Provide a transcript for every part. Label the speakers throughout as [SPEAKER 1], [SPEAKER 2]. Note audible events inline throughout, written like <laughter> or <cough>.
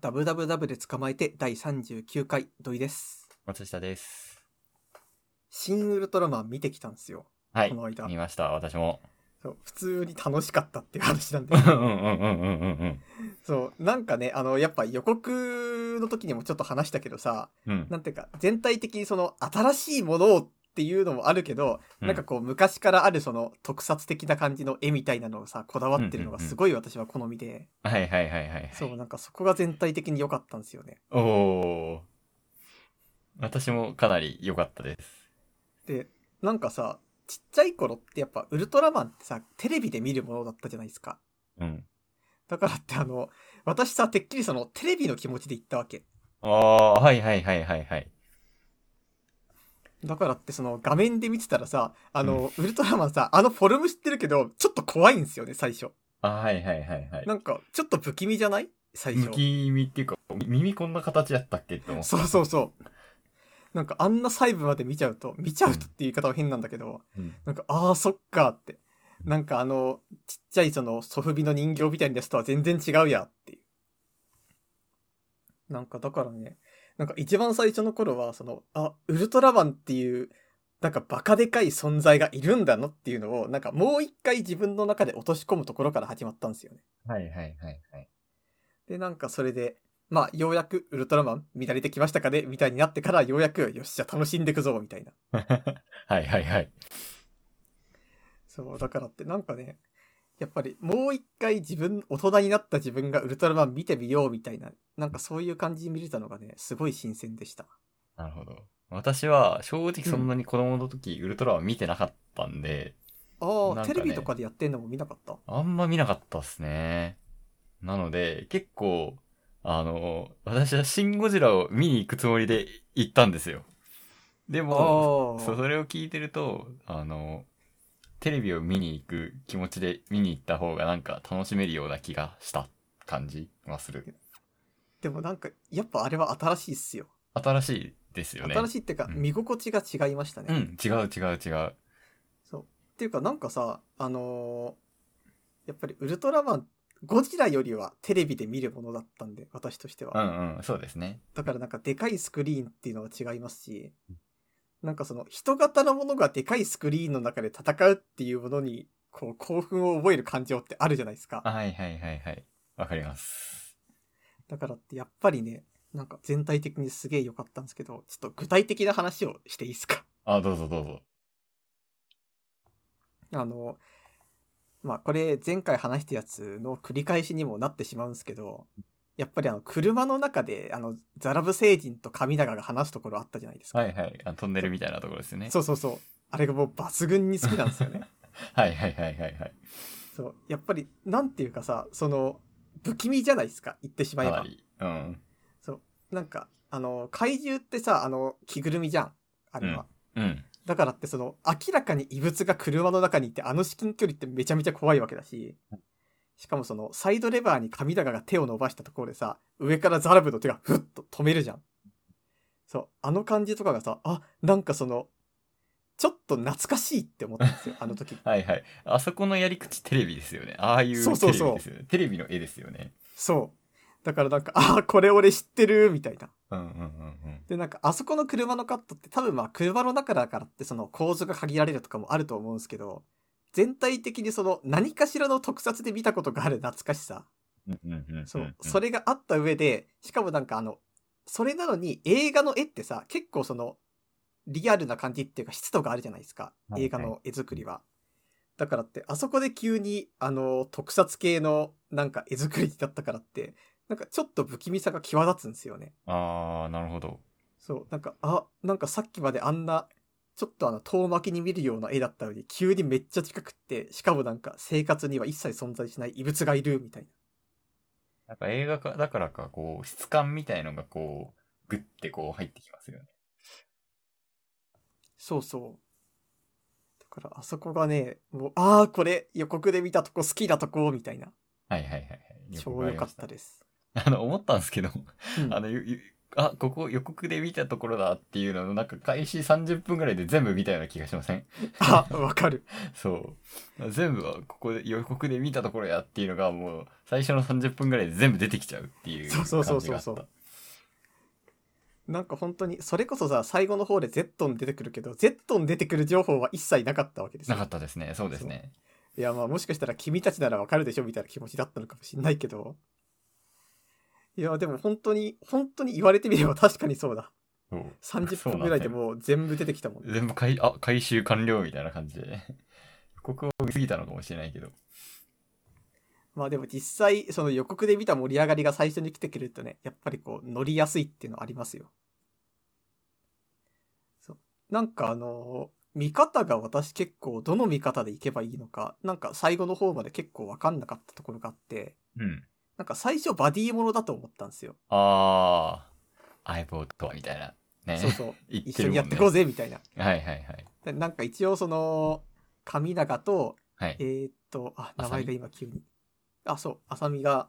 [SPEAKER 1] ダブダブダブで捕まえて第39回土井です。
[SPEAKER 2] 松下です。
[SPEAKER 1] 新ウルトラマン見てきたんですよ。
[SPEAKER 2] はい
[SPEAKER 1] こ。の間
[SPEAKER 2] 見ました、私も。
[SPEAKER 1] そう普通に楽しかったっていう話 <laughs> なんで
[SPEAKER 2] うん。うんうんうんうんうん
[SPEAKER 1] そう、なんかね、あの、やっぱ予告の時にもちょっと話したけどさ、
[SPEAKER 2] うん。
[SPEAKER 1] なんていうか、全体的にその新しいものをっていうのもあるけど、
[SPEAKER 2] うん
[SPEAKER 1] なんかこう昔からあるその特撮的な感じの絵みたいなのをさ、こだわってるのがすごい私は好みで、
[SPEAKER 2] はいはいはいはい。
[SPEAKER 1] そう、なんかそこが全体的に良かったんですよね。
[SPEAKER 2] おおー。私もかなり良かったです。
[SPEAKER 1] で、なんかさ、ちっちゃい頃ってやっぱウルトラマンってさ、テレビで見るものだったじゃないですか。
[SPEAKER 2] うん。
[SPEAKER 1] だからってあの、私さ、てっきりそのテレビの気持ちで行ったわけ。
[SPEAKER 2] ああ、はいはいはいはいはい。
[SPEAKER 1] だからってその画面で見てたらさ、あの、ウルトラマンさ、あのフォルム知ってるけど、ちょっと怖いんですよね、最初。
[SPEAKER 2] あはいはいはいはい。
[SPEAKER 1] なんか、ちょっと不気味じゃない最初
[SPEAKER 2] む。きみっていうか、み耳こんな形やったっけって思った。
[SPEAKER 1] そうそうそう。なんかあんな細部まで見ちゃうと、見ちゃうとっていう言い方は変なんだけど、
[SPEAKER 2] うん。
[SPEAKER 1] なんか、ああ、そっかって。なんかあの、ちっちゃいその、ソフビの人形みたいなやつとは全然違うやっていう。なんかだからね、なんか一番最初の頃は、その、あ、ウルトラマンっていう、なんかバカでかい存在がいるんだなっていうのを、なんかもう一回自分の中で落とし込むところから始まったんですよね。
[SPEAKER 2] はいはいはいはい。
[SPEAKER 1] で、なんかそれで、まあ、ようやくウルトラマン見慣れてきましたかねみたいになってから、ようやく、よっしゃ、楽しんでくぞみたいな。
[SPEAKER 2] はい <laughs> はいはい。
[SPEAKER 1] そう、だからってなんかね、やっぱりもう一回自分、大人になった自分がウルトラマン見てみようみたいな、なんかそういう感じに見れたのがね、すごい新鮮でした。
[SPEAKER 2] なるほど。私は正直そんなに子供の時、ウルトラは見てなかったんで、
[SPEAKER 1] ああ、
[SPEAKER 2] なんか
[SPEAKER 1] テ
[SPEAKER 2] ね
[SPEAKER 1] レビとかでやってんのも見なかった
[SPEAKER 2] あんま見なかったっすね。なので、結構、あの、私はシン・ゴジラを見に行くつもりで行ったんですよ。で
[SPEAKER 1] ああ
[SPEAKER 2] も、そ
[SPEAKER 1] ー、
[SPEAKER 2] それを聞いてると、あの、テレビを見に行く気持ちで見に行った方がなんか楽しめるような気がした感じはする。
[SPEAKER 1] でもなんか、やっぱあれは新しいっすよ。
[SPEAKER 2] 新しいですよね。
[SPEAKER 1] 新
[SPEAKER 2] い。
[SPEAKER 1] しいっていうか、
[SPEAKER 2] うん
[SPEAKER 1] 見心地が違いましたね。
[SPEAKER 2] うん、違う違う違う。
[SPEAKER 1] そう。っていうかなんかさ、あのーやっぱりウルトラマン、ゴジラよりはテレビで見るものだったんで、私としては。
[SPEAKER 2] うんうん、そうですね。
[SPEAKER 1] だからなんかでかいスクリーンっていうのは違いますし、なんかその人型のものがでかいスクリーンの中で戦うっていうものに、こう興奮を覚える感情ってあるじゃないですか。
[SPEAKER 2] はいはいはいはい。わかります。
[SPEAKER 1] だからってやっぱりね、なんか全体的にすげえ良かったんですけど、ちょっと具体的な話をしていいですか。 <laughs>
[SPEAKER 2] あ、どうぞどうぞ。
[SPEAKER 1] あの、まあこれ前回話したやつの繰り返しにもなってしまうんですけど、やっぱりあの車の中であのザラブ星人と神長が話すところあったじゃないですか。
[SPEAKER 2] はいはい。あトンネルみたいなところですよね。
[SPEAKER 1] そうそうそう。あれがもう抜群に好きなんですよね。
[SPEAKER 2] はいはいはいはいはい。
[SPEAKER 1] そう、やっぱり、なんていうかさ、その、不気味じゃないですか、言ってしまえ
[SPEAKER 2] かな
[SPEAKER 1] ば。
[SPEAKER 2] り。うん。
[SPEAKER 1] そう、なんか、あの、怪獣ってさ、あの、着ぐるみじゃん、あれは。
[SPEAKER 2] うん。
[SPEAKER 1] だからって、その、明らかに異物が車の中にいて、あの至近距離ってめちゃめちゃ怖いわけだし、しかもその、サイドレバーに神高が手を伸ばしたところでさ、上からザラブの手がふっと止めるじゃん。そう、あの感じとかがさ、あ、なんかその、ちょっと懐かしいって思ったんですよ、あの時。
[SPEAKER 2] はいはい。あそこのやり口テレビですよね。ああいうテレ
[SPEAKER 1] そう
[SPEAKER 2] ビ
[SPEAKER 1] そう
[SPEAKER 2] です
[SPEAKER 1] そう
[SPEAKER 2] よね。テレビの絵ですよね。
[SPEAKER 1] そう。だからなん <laughs> か、ああ、これ俺知ってる、みたいな。
[SPEAKER 2] うんうんうんうん。
[SPEAKER 1] で、なんか、あそこの車のカットって多分まあ、車の中だからってその構図が限られるとかもあると思うんですけど、全体的にその何かしらの特撮で見たことがある懐かしさ。
[SPEAKER 2] うんうんうんうん。
[SPEAKER 1] そう。それがあった上で、しかもなんかあの、それなのに映画の絵ってさ、結構その、リアルな感じっていうか湿度があるじゃないですか。
[SPEAKER 2] はい
[SPEAKER 1] 映画の絵作りは。だからって、あそこで急に、あの、特撮系のなんか絵作りだったからって、なんかちょっと不気味さが際立つんですよね。
[SPEAKER 2] ああ、なるほど。
[SPEAKER 1] そう、なんか、あ、なんかさっきまであんな、ちょっとあの、遠巻きに見るような絵だったのに、急にめっちゃ近くって、しかもなんか生活には一切存在しない異物がいるみたいな。
[SPEAKER 2] なんか映画かだからか、こう、質感みたいのがこう、グッてこう入ってきますよね。
[SPEAKER 1] そうそう。だからあそこがね、もう、ああ、これ予告で見たとこ好きなとこ、みたいな。
[SPEAKER 2] はいはいはいはい。
[SPEAKER 1] 超良かった
[SPEAKER 2] で
[SPEAKER 1] です。
[SPEAKER 2] す。あの、思ったんですけど、 <laughs>
[SPEAKER 1] うん
[SPEAKER 2] あの、ゆゆあ、ここ予告で見たところだっていうのを、なんか開始30分ぐらいで全部見たような気がしません
[SPEAKER 1] あ、わかる。
[SPEAKER 2] そう。全部はここで予告で見たところやっていうのがもう最初の30分ぐらいで全部出てきちゃうっていう
[SPEAKER 1] そ
[SPEAKER 2] 感
[SPEAKER 1] う
[SPEAKER 2] じがあ
[SPEAKER 1] そうそうそ
[SPEAKER 2] った。
[SPEAKER 1] うそうなんか本当に、それこそさ、最後の方でゼットン出てくるけど、ゼットン出てくる情報は一切なかったわけです
[SPEAKER 2] な
[SPEAKER 1] よ
[SPEAKER 2] かったですね。そうですね。
[SPEAKER 1] いや、まあもしかしたら君たちならわかるでしょみたいな気持ちだったのかもしんないけど。いや、でも本当に、本当に言われてみれば確かにそうだ。
[SPEAKER 2] そう
[SPEAKER 1] 30分ぐらいで
[SPEAKER 2] そう
[SPEAKER 1] もう全部出てきたもんね。
[SPEAKER 2] 全部回、あ、回収完了みたいな感じで。予告を見すぎたのかもしれないけど。
[SPEAKER 1] まあでも実際、その予告で見た盛り上がりが最初に来てくれるとね、やっぱりこう乗りやすいっていうのありますよ。そう。なんかあのー見方が私結構どの見方でいけばいいのか、なんか最後の方まで結構わかんなかったところがあって、
[SPEAKER 2] うん。
[SPEAKER 1] なんか最初バディものだと思ったんですよ。
[SPEAKER 2] あー、相棒とはみたいな。ね。
[SPEAKER 1] そうそう。
[SPEAKER 2] 言って
[SPEAKER 1] 一緒に
[SPEAKER 2] るもんね
[SPEAKER 1] やってこうぜみたいな。
[SPEAKER 2] はいはいはい。
[SPEAKER 1] で <laughs> なんか一応その、神永と、
[SPEAKER 2] はい
[SPEAKER 1] え。ーっと、あ、名
[SPEAKER 2] 浅
[SPEAKER 1] 前
[SPEAKER 2] 見
[SPEAKER 1] が今急に。あ、そう、浅見が、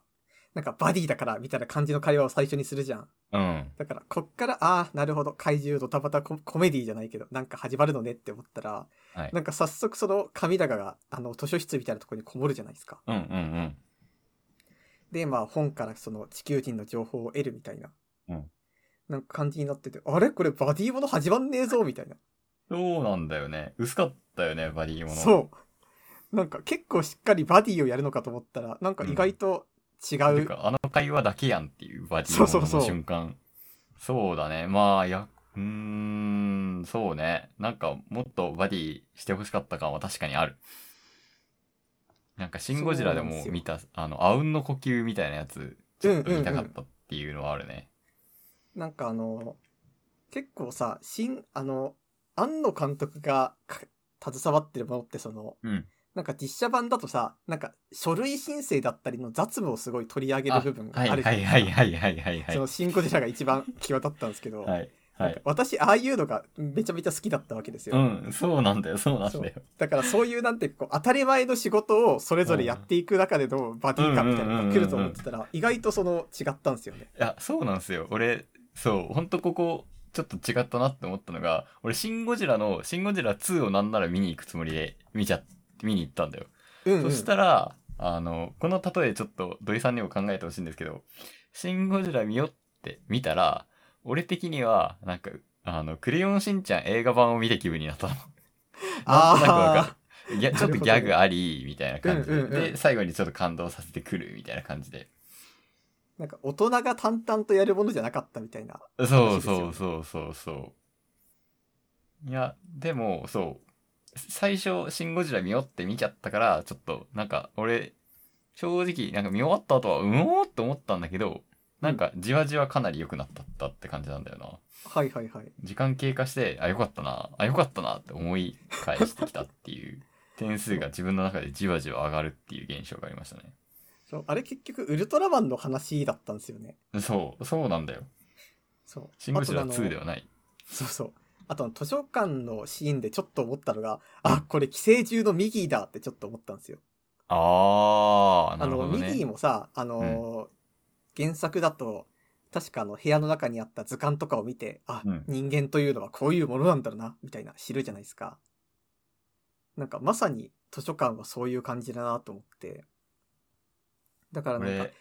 [SPEAKER 1] なんかバディだからみたいな感じの会話を最初にするじゃん。
[SPEAKER 2] うん。
[SPEAKER 1] だから、こっから、ああ、なるほど、怪獣ドタバタココメディじゃないけど、なんか始まるのねって思ったら、
[SPEAKER 2] はい
[SPEAKER 1] なんか早速その神永が、あの、図書室みたいなところにこもるじゃないですか。
[SPEAKER 2] うんうん
[SPEAKER 1] で、まあ本からその地球人の情報を得るみたいな。
[SPEAKER 2] うん
[SPEAKER 1] なんか感じになってて、あれこれバディもの始まんねえぞみたいな。
[SPEAKER 2] うん。そうなんだよね。薄かったよね、バディもの。
[SPEAKER 1] そう。なんか結構しっかりバディをやるのかと思ったら、なんか意外と違う。
[SPEAKER 2] てか、あの会話だけやんっていうバディ
[SPEAKER 1] そう
[SPEAKER 2] の
[SPEAKER 1] そうそう
[SPEAKER 2] 瞬間。そうだね。まあ、いや、うーん、そうね。なんか、もっとバディしてほしかった感は確かにある。なんか、シン・ゴジラで
[SPEAKER 1] そうなんで
[SPEAKER 2] も
[SPEAKER 1] すよ
[SPEAKER 2] 見た、あの、あうんの呼吸みたいなやつ、ちょっと見たかったっていうのはあるね。
[SPEAKER 1] なんかあの、結構さ、新、あの、庵野監督がか携わってるものってその、
[SPEAKER 2] うん。
[SPEAKER 1] なんか実写版だとさ、なんか書類申請だったりの雑務をすごい取り上げる
[SPEAKER 2] あ
[SPEAKER 1] 部分が
[SPEAKER 2] は
[SPEAKER 1] あ
[SPEAKER 2] いは
[SPEAKER 1] る
[SPEAKER 2] い
[SPEAKER 1] じゃ
[SPEAKER 2] は
[SPEAKER 1] ないいですか
[SPEAKER 2] はいはいはいはい。
[SPEAKER 1] そのシン・ゴジラが一番際立ったんですけど、
[SPEAKER 2] はい。は
[SPEAKER 1] なんか
[SPEAKER 2] い。
[SPEAKER 1] 私、ああいうのがめちゃめちゃ好きだったわけですよ。
[SPEAKER 2] うん、そうなんだよ、そうなんだよ。
[SPEAKER 1] だからそういうなんてこう当たり前の仕事をそれぞれやっていく中でのバディ感みたいなのが来ると思ってたら意外とその違ったんですよね。
[SPEAKER 2] いや、そうなんですよ。俺、そう、ほんとここ、ちょっと違ったなって思ったのが、俺、シン・ゴジラの、シン・ゴジラ2をなんなら見に行くつもりで、見ちゃ、見に行ったんだよ。
[SPEAKER 1] うん、うん。
[SPEAKER 2] そしたら、あの、この例えちょっと土井さんにも考えてほしいんですけど、シン・ゴジラ見よって見たら、俺的には、なんか、あの、クレヨンしんちゃん映画版を見た気分になったの。なんとなくわか
[SPEAKER 1] あ
[SPEAKER 2] る。いや、ちょっとギャグあり、みたいな感じで。
[SPEAKER 1] うんうんうん
[SPEAKER 2] で、最後にちょっと感動させてくる、みたいな感じで。
[SPEAKER 1] ーなんか大人が淡々とやるものじゃなかったみたいな。
[SPEAKER 2] そうそうそうそうそう。いや、でも、そう。最初、シン・ゴジラ見よって見ちゃったから、ちょっと、なんか、俺、正直、なんか見終わった後は、うおーって思ったんだけど、なんか、じわじわかなり良くなったったって感じなんだよな。
[SPEAKER 1] はいはいはい。
[SPEAKER 2] 時間経過して、あ、良かったな、あ、良かったなって思い返してきたっていう、点数が自分の中でじわじわ上がるっていう現象がありましたね。
[SPEAKER 1] そうあれ結局ウルトラマンの話だったんですよね。
[SPEAKER 2] そう、そうなんだよ。
[SPEAKER 1] そう。
[SPEAKER 2] シン・ゴジラ
[SPEAKER 1] あとあの
[SPEAKER 2] 2ではない。
[SPEAKER 1] そうそう。あとあの図書館のシーンでちょっと思ったのが、あ、これ寄生獣のミギーだってちょっと思ったんですよ。
[SPEAKER 2] あー、
[SPEAKER 1] あ
[SPEAKER 2] なるほ
[SPEAKER 1] の、
[SPEAKER 2] ど
[SPEAKER 1] ミ
[SPEAKER 2] ね。
[SPEAKER 1] ギーもさ、あのー原作だと、確かあの部屋の中にあった図鑑とかを見て、あ、
[SPEAKER 2] うん
[SPEAKER 1] 人間というのはこういうものなんだろうな、みたいな知るじゃないですか。なんかまさに図書館はそういう感じだなと思って。だからなんか
[SPEAKER 2] 俺、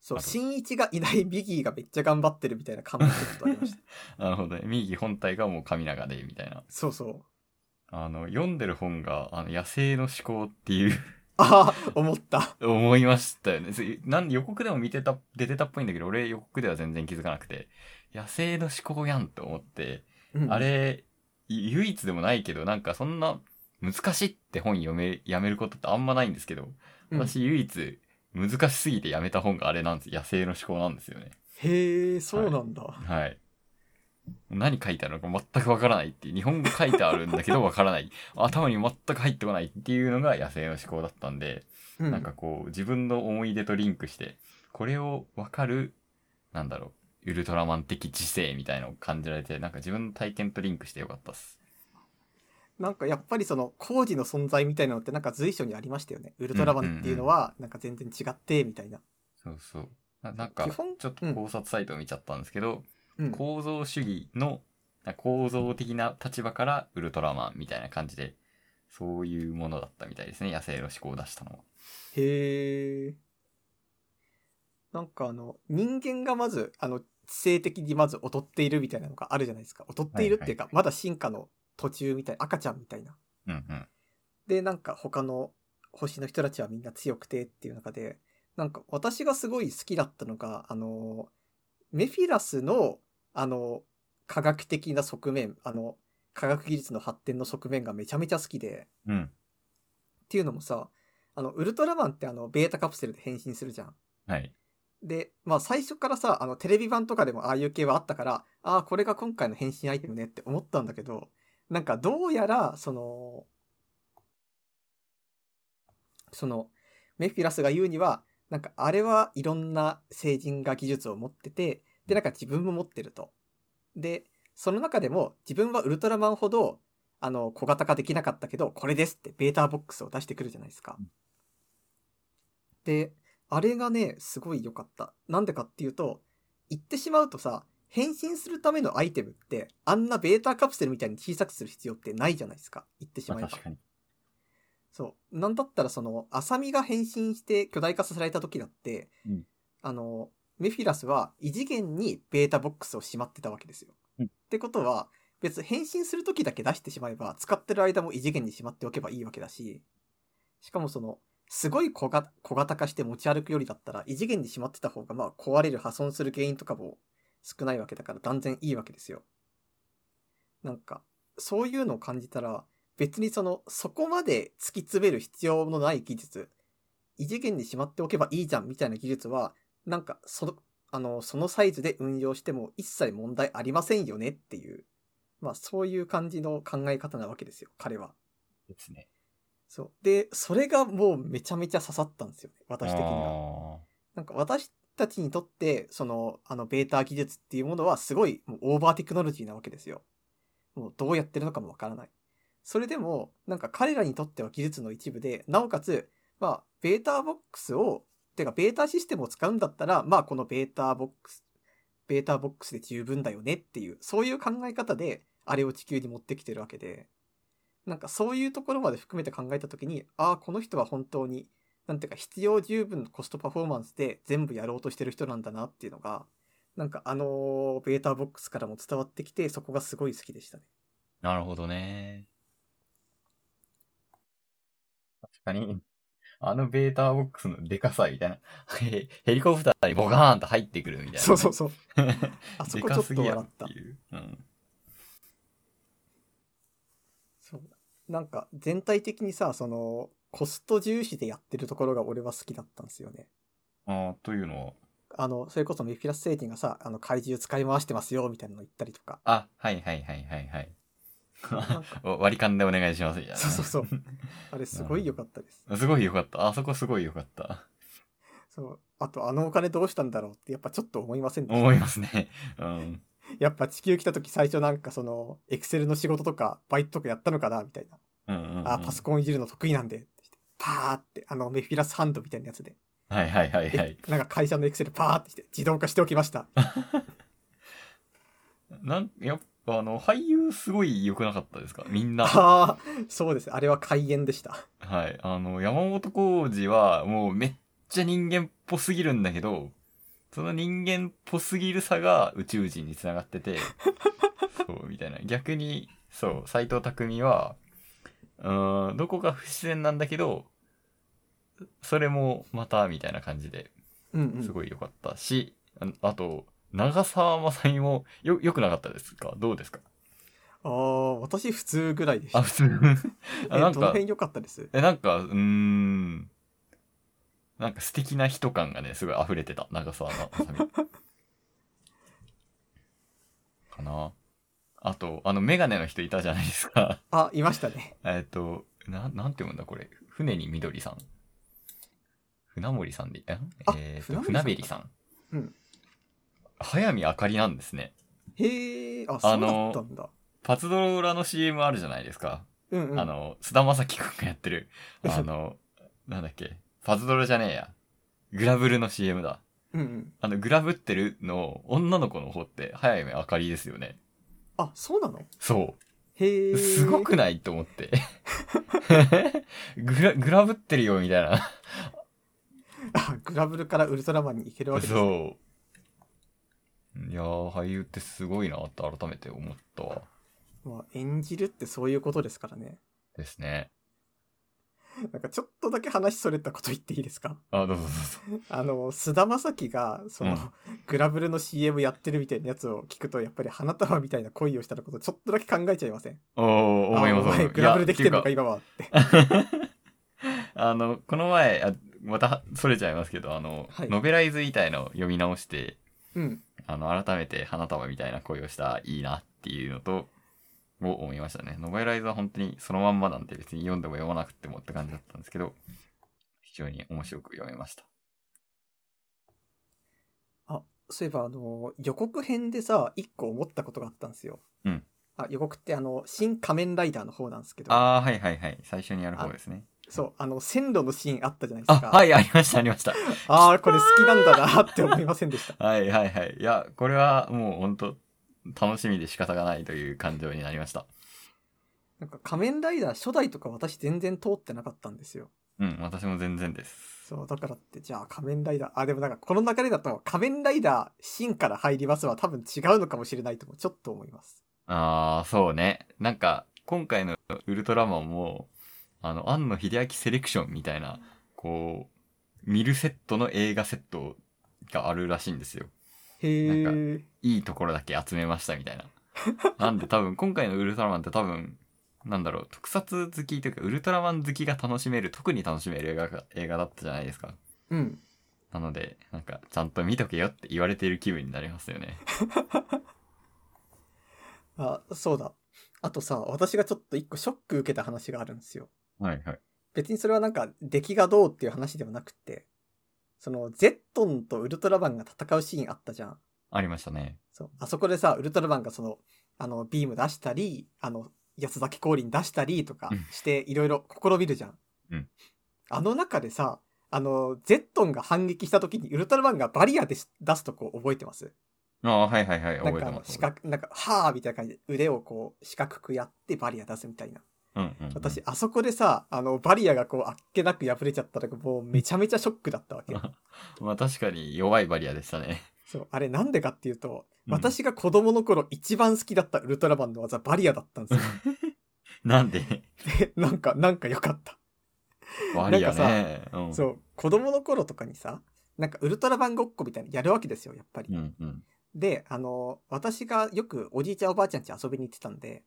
[SPEAKER 1] そう、
[SPEAKER 2] あと
[SPEAKER 1] 新一がいないミギーがめっちゃ頑張ってるみたいな感覚ちょっとあり
[SPEAKER 2] <laughs>
[SPEAKER 1] ました。
[SPEAKER 2] なるほどね。右本体がもう神長で、みたいな。
[SPEAKER 1] そうそう。
[SPEAKER 2] あの、読んでる本が、あの、野生の思考っていう、 <laughs>
[SPEAKER 1] ああ、思った。
[SPEAKER 2] 思いましたよね。そうなん予告でも見てた、出てたっぽいんだけど、俺予告では全然気づかなくて、野生の思考やんと思って、
[SPEAKER 1] うん
[SPEAKER 2] あれ、い唯一でもないけど、なんかそんな、難しいって本読め、やめることってあんまないんですけど、
[SPEAKER 1] うん
[SPEAKER 2] 私唯一、難しすぎてやめた本があれなんです。野生の思考なんですよね。
[SPEAKER 1] へえ、そうなんだ。
[SPEAKER 2] はい。何書いてあるのか全くわからないっていう、日本語書いてあるんだけどわからない。 <laughs> 頭に全く入ってこないっていうのが野生の思考だったんで、
[SPEAKER 1] うん
[SPEAKER 2] なんかこう、自分の思い出とリンクして、これをわかる、なんだろう、ウルトラマン的知性みたいのを感じられて、なんか自分の体験とリンクしてよかったっす。
[SPEAKER 1] なんかやっぱりその工事の存在みたいなのってなんか随所にありましたよね。ウルトラマンっていうのはなんか全然違ってみたいな。
[SPEAKER 2] そうそう。ななんか、
[SPEAKER 1] 基
[SPEAKER 2] ち
[SPEAKER 1] 本
[SPEAKER 2] ょっと考察サイトを見ちゃったんですけど、
[SPEAKER 1] うん。
[SPEAKER 2] 構造主義のなんか構造的な立場からウルトラマンみたいな感じで、そういうものだったみたいですね、野生の思考を出したのは。
[SPEAKER 1] へえ。なんかあの、人間がまず、あの、性的にまず劣っているみたいなのがあるじゃないですか。劣っているっていうか、まだ進化の途中みたいな、赤ちゃんみたいな。
[SPEAKER 2] うんうん。
[SPEAKER 1] で、なんか他の星の人たちはみんな強くてっていう中で、なんか私がすごい好きだったのが、あの、メフィラスの、あの、科学的な側面、あの、科学技術の発展の側面がめちゃめちゃ好きで、
[SPEAKER 2] うん。
[SPEAKER 1] っていうのもさ、あの、ウルトラマンってあの、ベータカプセルで変身するじゃん。
[SPEAKER 2] はい。
[SPEAKER 1] で、まあ最初からさ、あのテレビ版とかでもああいう系はあったから、ああ、これが今回の変身アイテムねって思ったんだけど、なんかどうやら、その、その、メフィラスが言うには、なんかあれはいろんな成人が技術を持ってて、で、なんか自分も持ってると。で、その中でも自分はウルトラマンほど、あの、小型化できなかったけど、これですってベータボックスを出してくるじゃないですか。で、あれがね、すごい良かった。なんでかっていうと、言ってしまうとさ、変身するためのアイテムって、あんなベータカプセルみたいに小さくする必要ってないじゃないですか。言ってし
[SPEAKER 2] ま
[SPEAKER 1] ま
[SPEAKER 2] あ
[SPEAKER 1] えば。
[SPEAKER 2] 確かに。
[SPEAKER 1] そう。なんだったらその、アサミが変身して巨大化させられた時だって、
[SPEAKER 2] うん
[SPEAKER 1] あの、メフィラスは異次元にベータボックスをしまってたわけですよ。
[SPEAKER 2] うん
[SPEAKER 1] ってことは、別に変身する時だけ出してしまえば、使ってる間も異次元にしまっておけばいいわけだし、しかもその、すごい小が小型化して持ち歩くよりだったら、異次元にしまってた方が、まあ、壊れる、破損する原因とかも少ないわけだから、断然いいわけですよ。なんか、そういうのを感じたら、別にその、そこまで突き詰める必要のない技術、異次元にしまっておけばいいじゃんみたいな技術は、なんか、その、あの、そのサイズで運用しても一切問題ありませんよねっていう、まあそういう感じの考え方なわけですよ、彼は。
[SPEAKER 2] ですね。
[SPEAKER 1] そう。で、それがもうめちゃめちゃ刺さったんですよね、私的には。
[SPEAKER 2] は。
[SPEAKER 1] なんか私たちにとって、その、あの、ベータ技術っていうものはすごいもうオーバーテクノロジーなわけですよ。もうどうやってるのかもわからない。それでも、なんか彼らにとっては技術の一部で、なおかつ、まあ、ベータボックスを、てか、ベータシステムを使うんだったら、まあ、このベータボックス、ベータボックスで十分だよねっていう、そういう考え方で、あれを地球に持ってきてるわけで、なんかそういうところまで含めて考えたときに、ああ、この人は本当になんていうか必要十分のコストパフォーマンスで全部やろうとしてる人なんだなっていうのが、なんかあのベータボックスからも伝わってきて、そこがすごい好きでしたね。
[SPEAKER 2] なるほどね。確かに、あのベーターボックスのでかさみたいな。ヘヘリコプターにボカーンと入ってくるみたいな。 <laughs>
[SPEAKER 1] そうそうそう。あそ
[SPEAKER 2] で
[SPEAKER 1] こちょ
[SPEAKER 2] か
[SPEAKER 1] っ
[SPEAKER 2] す
[SPEAKER 1] と
[SPEAKER 2] ぎや
[SPEAKER 1] 笑
[SPEAKER 2] ろ
[SPEAKER 1] った
[SPEAKER 2] て。いう。うん。
[SPEAKER 1] そう。なんか全体的にさ、その、コスト重視でやってるところが俺は好きだったんですよね。
[SPEAKER 2] ああ、というのは。
[SPEAKER 1] あの、それこそメフィラス星人がさ、あの、怪獣使い回してますよ、みたいなの言ったりと
[SPEAKER 2] <laughs>
[SPEAKER 1] か。
[SPEAKER 2] あ、はいはいはいはいはい。
[SPEAKER 1] なんか
[SPEAKER 2] お割り勘でお願いしますみたいな。
[SPEAKER 1] そうそうそう。あれすごい良かった
[SPEAKER 2] <laughs>
[SPEAKER 1] です。
[SPEAKER 2] すごいよかった。あそこすごいよかった。
[SPEAKER 1] そう。あと、あのお金どうしたんだろうって、やっぱちょっと思いませんでした
[SPEAKER 2] 思いますね。うん。
[SPEAKER 1] やっぱ地球来た時最初なんかその、エクセルの仕事とか、バイトとかやったのかなみたいな。
[SPEAKER 2] うんうん、うん。
[SPEAKER 1] あ、パソコンいじるの得意なんで。ってしてパーって、あの、メフィラスハンドみたいなやつで。
[SPEAKER 2] はいはいはい
[SPEAKER 1] で
[SPEAKER 2] はい。
[SPEAKER 1] なんか会社のエクセルパーってして、自動化しておきました。
[SPEAKER 2] なん、やっぱあの、俳優すごい良くなかったですかみんな。
[SPEAKER 1] ああ、そうです。あれは開演でした。
[SPEAKER 2] はい。あの、山本浩二は、もうめっちゃ人間っぽすぎるんだけど、その人間っぽすぎるさが宇宙人につながって
[SPEAKER 1] <laughs>
[SPEAKER 2] て、そう、みたいな。逆に、そう、斎藤匠は、うーん、どこか不自然なんだけど、それもまた、みたいな感じで、
[SPEAKER 1] うんう
[SPEAKER 2] す
[SPEAKER 1] ん。
[SPEAKER 2] ごい良かったし、ああと、長澤まさみも、よ、良くなかったですかどうですか
[SPEAKER 1] ああ、私普通ぐらいでした。
[SPEAKER 2] あ、
[SPEAKER 1] え
[SPEAKER 2] 普通。あ、なん
[SPEAKER 1] どの
[SPEAKER 2] か、
[SPEAKER 1] 辺良かったです
[SPEAKER 2] え、なんか、うーん。なんか素敵な人感がね、すごい溢れてた。長澤まさみ。 <laughs> かな。あと、あの、メガネの人いたじゃないですか。 <laughs>
[SPEAKER 1] あ、いましたね。
[SPEAKER 2] えっと、な、なんて読むんだ、これ。船に緑さん。船森さんでいい、ん
[SPEAKER 1] あ
[SPEAKER 2] えっと、
[SPEAKER 1] 船
[SPEAKER 2] 船
[SPEAKER 1] 森
[SPEAKER 2] べ
[SPEAKER 1] さ
[SPEAKER 2] さん。
[SPEAKER 1] うん。
[SPEAKER 2] 早見あかりなんですね。
[SPEAKER 1] へえ、あ、そうだったんだ。
[SPEAKER 2] パズドラの CM あるじゃないですか。
[SPEAKER 1] うんうん。
[SPEAKER 2] あの、菅田将暉くんが
[SPEAKER 1] <laughs>
[SPEAKER 2] やってる、あの、なんだっけ、パズドラじゃねえや。グラブルの CM だ。
[SPEAKER 1] うんうん。
[SPEAKER 2] あの、グラブってるの、女の子の方って、早い目明かりですよね。
[SPEAKER 1] あ、そうなの
[SPEAKER 2] そう。
[SPEAKER 1] へえ。
[SPEAKER 2] すごくないと思って。グラ、グラブってるよ、みたいな。
[SPEAKER 1] あ、グラブルからウルトラマンに行けるわけです。
[SPEAKER 2] そう。いやー、俳優ってすごいなって改めて思ったわ。
[SPEAKER 1] まあ、演じるってそういうことですからね。
[SPEAKER 2] ですね。
[SPEAKER 1] なんかちょっとだけ話それたこと言っていいですか <laughs>
[SPEAKER 2] あ、どうぞどうぞ。
[SPEAKER 1] あの、菅田将暉が、その、
[SPEAKER 2] うん
[SPEAKER 1] グラブルの CM やってるみたいなやつを聞くと、やっぱり花束みたいな恋をしたこと、ちょっとだけ考えちゃいません。
[SPEAKER 2] おー、思います
[SPEAKER 1] あお
[SPEAKER 2] 思い
[SPEAKER 1] 前
[SPEAKER 2] ます。
[SPEAKER 1] グラブルできてるのか、
[SPEAKER 2] いや
[SPEAKER 1] 今はって。
[SPEAKER 2] っていうか <laughs> あの、この前、あまた、それちゃいますけど、あの、
[SPEAKER 1] はい
[SPEAKER 2] ノベライズみたいのを読み直して、
[SPEAKER 1] うん。
[SPEAKER 2] あの、改めて花束みたいな恋をしたいいなっていうのと、を思いましたね。ノベライズは本当にそのまんまなんで別に読んでも読まなくてもって感じだったんですけど、非常に面白く読めました。
[SPEAKER 1] そういえば、あの、予告編でさ、一個思ったことがあったんですよ。
[SPEAKER 2] うん
[SPEAKER 1] あ、予告って、あの、新仮面ライダーの方なんですけど、
[SPEAKER 2] ああ、はいはいはい。最初にやる方ですね。
[SPEAKER 1] そう、あの、線路のシーンあったじゃないで
[SPEAKER 2] あ
[SPEAKER 1] す、か。
[SPEAKER 2] はい、ありました、ありました。
[SPEAKER 1] ああ、これ好きなんだなって思いませんでした。
[SPEAKER 2] はいはいはい。いや、これはもう本当楽しみで仕方がないという感情になりました。
[SPEAKER 1] なんか仮面ライダー初代とか私全然通ってなかったんですよ。
[SPEAKER 2] うん、私も全然です。
[SPEAKER 1] そう、だからって、じゃあ仮面ライダー、あ、でもなんかこの流れだと仮面ライダーシーンから入りますは多分違うのかもしれないともちょっと思います。
[SPEAKER 2] ああ、そうね。なんか、今回のウルトラマンも、あの、庵野秀明セレクションみたいな、こう、見るセットの映画セットがあるらしいんですよ。
[SPEAKER 1] へ
[SPEAKER 2] な
[SPEAKER 1] え。
[SPEAKER 2] いいところだけ集めましたみた
[SPEAKER 1] <laughs>
[SPEAKER 2] いな。なんで多分今回のウルトラマンって多分、なんだろう、特撮好きというか、ウルトラマン好きが楽しめる、特に楽しめる映画が映画だったじゃないですか。
[SPEAKER 1] うん。
[SPEAKER 2] なので、なんか、ちゃんと見とけよって言われている気分になります
[SPEAKER 1] <laughs>
[SPEAKER 2] よね。
[SPEAKER 1] あ、そうだ。あとさ、私がちょっと一個ショック受けた話があるんですよ。
[SPEAKER 2] はいはい。
[SPEAKER 1] 別にそれはなんか出来がどうっていう話ではなくて、そのゼットンとウルトラマンが戦うシーンあったじゃん。
[SPEAKER 2] ありましたね。
[SPEAKER 1] そう。あそこでさ、ウルトラマンがその、あの、ビーム出したり、あの、八つ咲き降臨出したりとか
[SPEAKER 2] うん
[SPEAKER 1] して、いろいろ試みるじゃん。
[SPEAKER 2] うん
[SPEAKER 1] あの中でさ、あの、ゼットンが反撃した時にウルトラマンがバリアでし出すとこ覚えてます
[SPEAKER 2] ああ、はいはいはい、
[SPEAKER 1] なん
[SPEAKER 2] 覚え
[SPEAKER 1] か
[SPEAKER 2] て
[SPEAKER 1] あの
[SPEAKER 2] ま、す。
[SPEAKER 1] 四角、なんか、はーみたいな感じで腕をこう、四角くやってバリア出すみたいな。
[SPEAKER 2] うんうんうん、
[SPEAKER 1] 私、あそこでさ、あの、バリアがこう、あっけなく破れちゃったら、もうめちゃめちゃショックだったわけ。
[SPEAKER 2] まあ確かに弱いバリアでしたね。 <laughs>
[SPEAKER 1] そう、あれなんでかっていうと、
[SPEAKER 2] うん
[SPEAKER 1] 私が子供の頃一番好きだったウルトラマンの技、バリアだったんですよ。
[SPEAKER 2] なんで
[SPEAKER 1] え <laughs> なんか、なんか良かった。
[SPEAKER 2] バリアね。うん、
[SPEAKER 1] そ。う、子供の頃とかにさ、なんかウルトラマンごっこみたいなのやるわけですよ、やっぱり。
[SPEAKER 2] うんうん。
[SPEAKER 1] で、あの、私がよくおじいちゃんおばあちゃん家遊びに行ってたんで、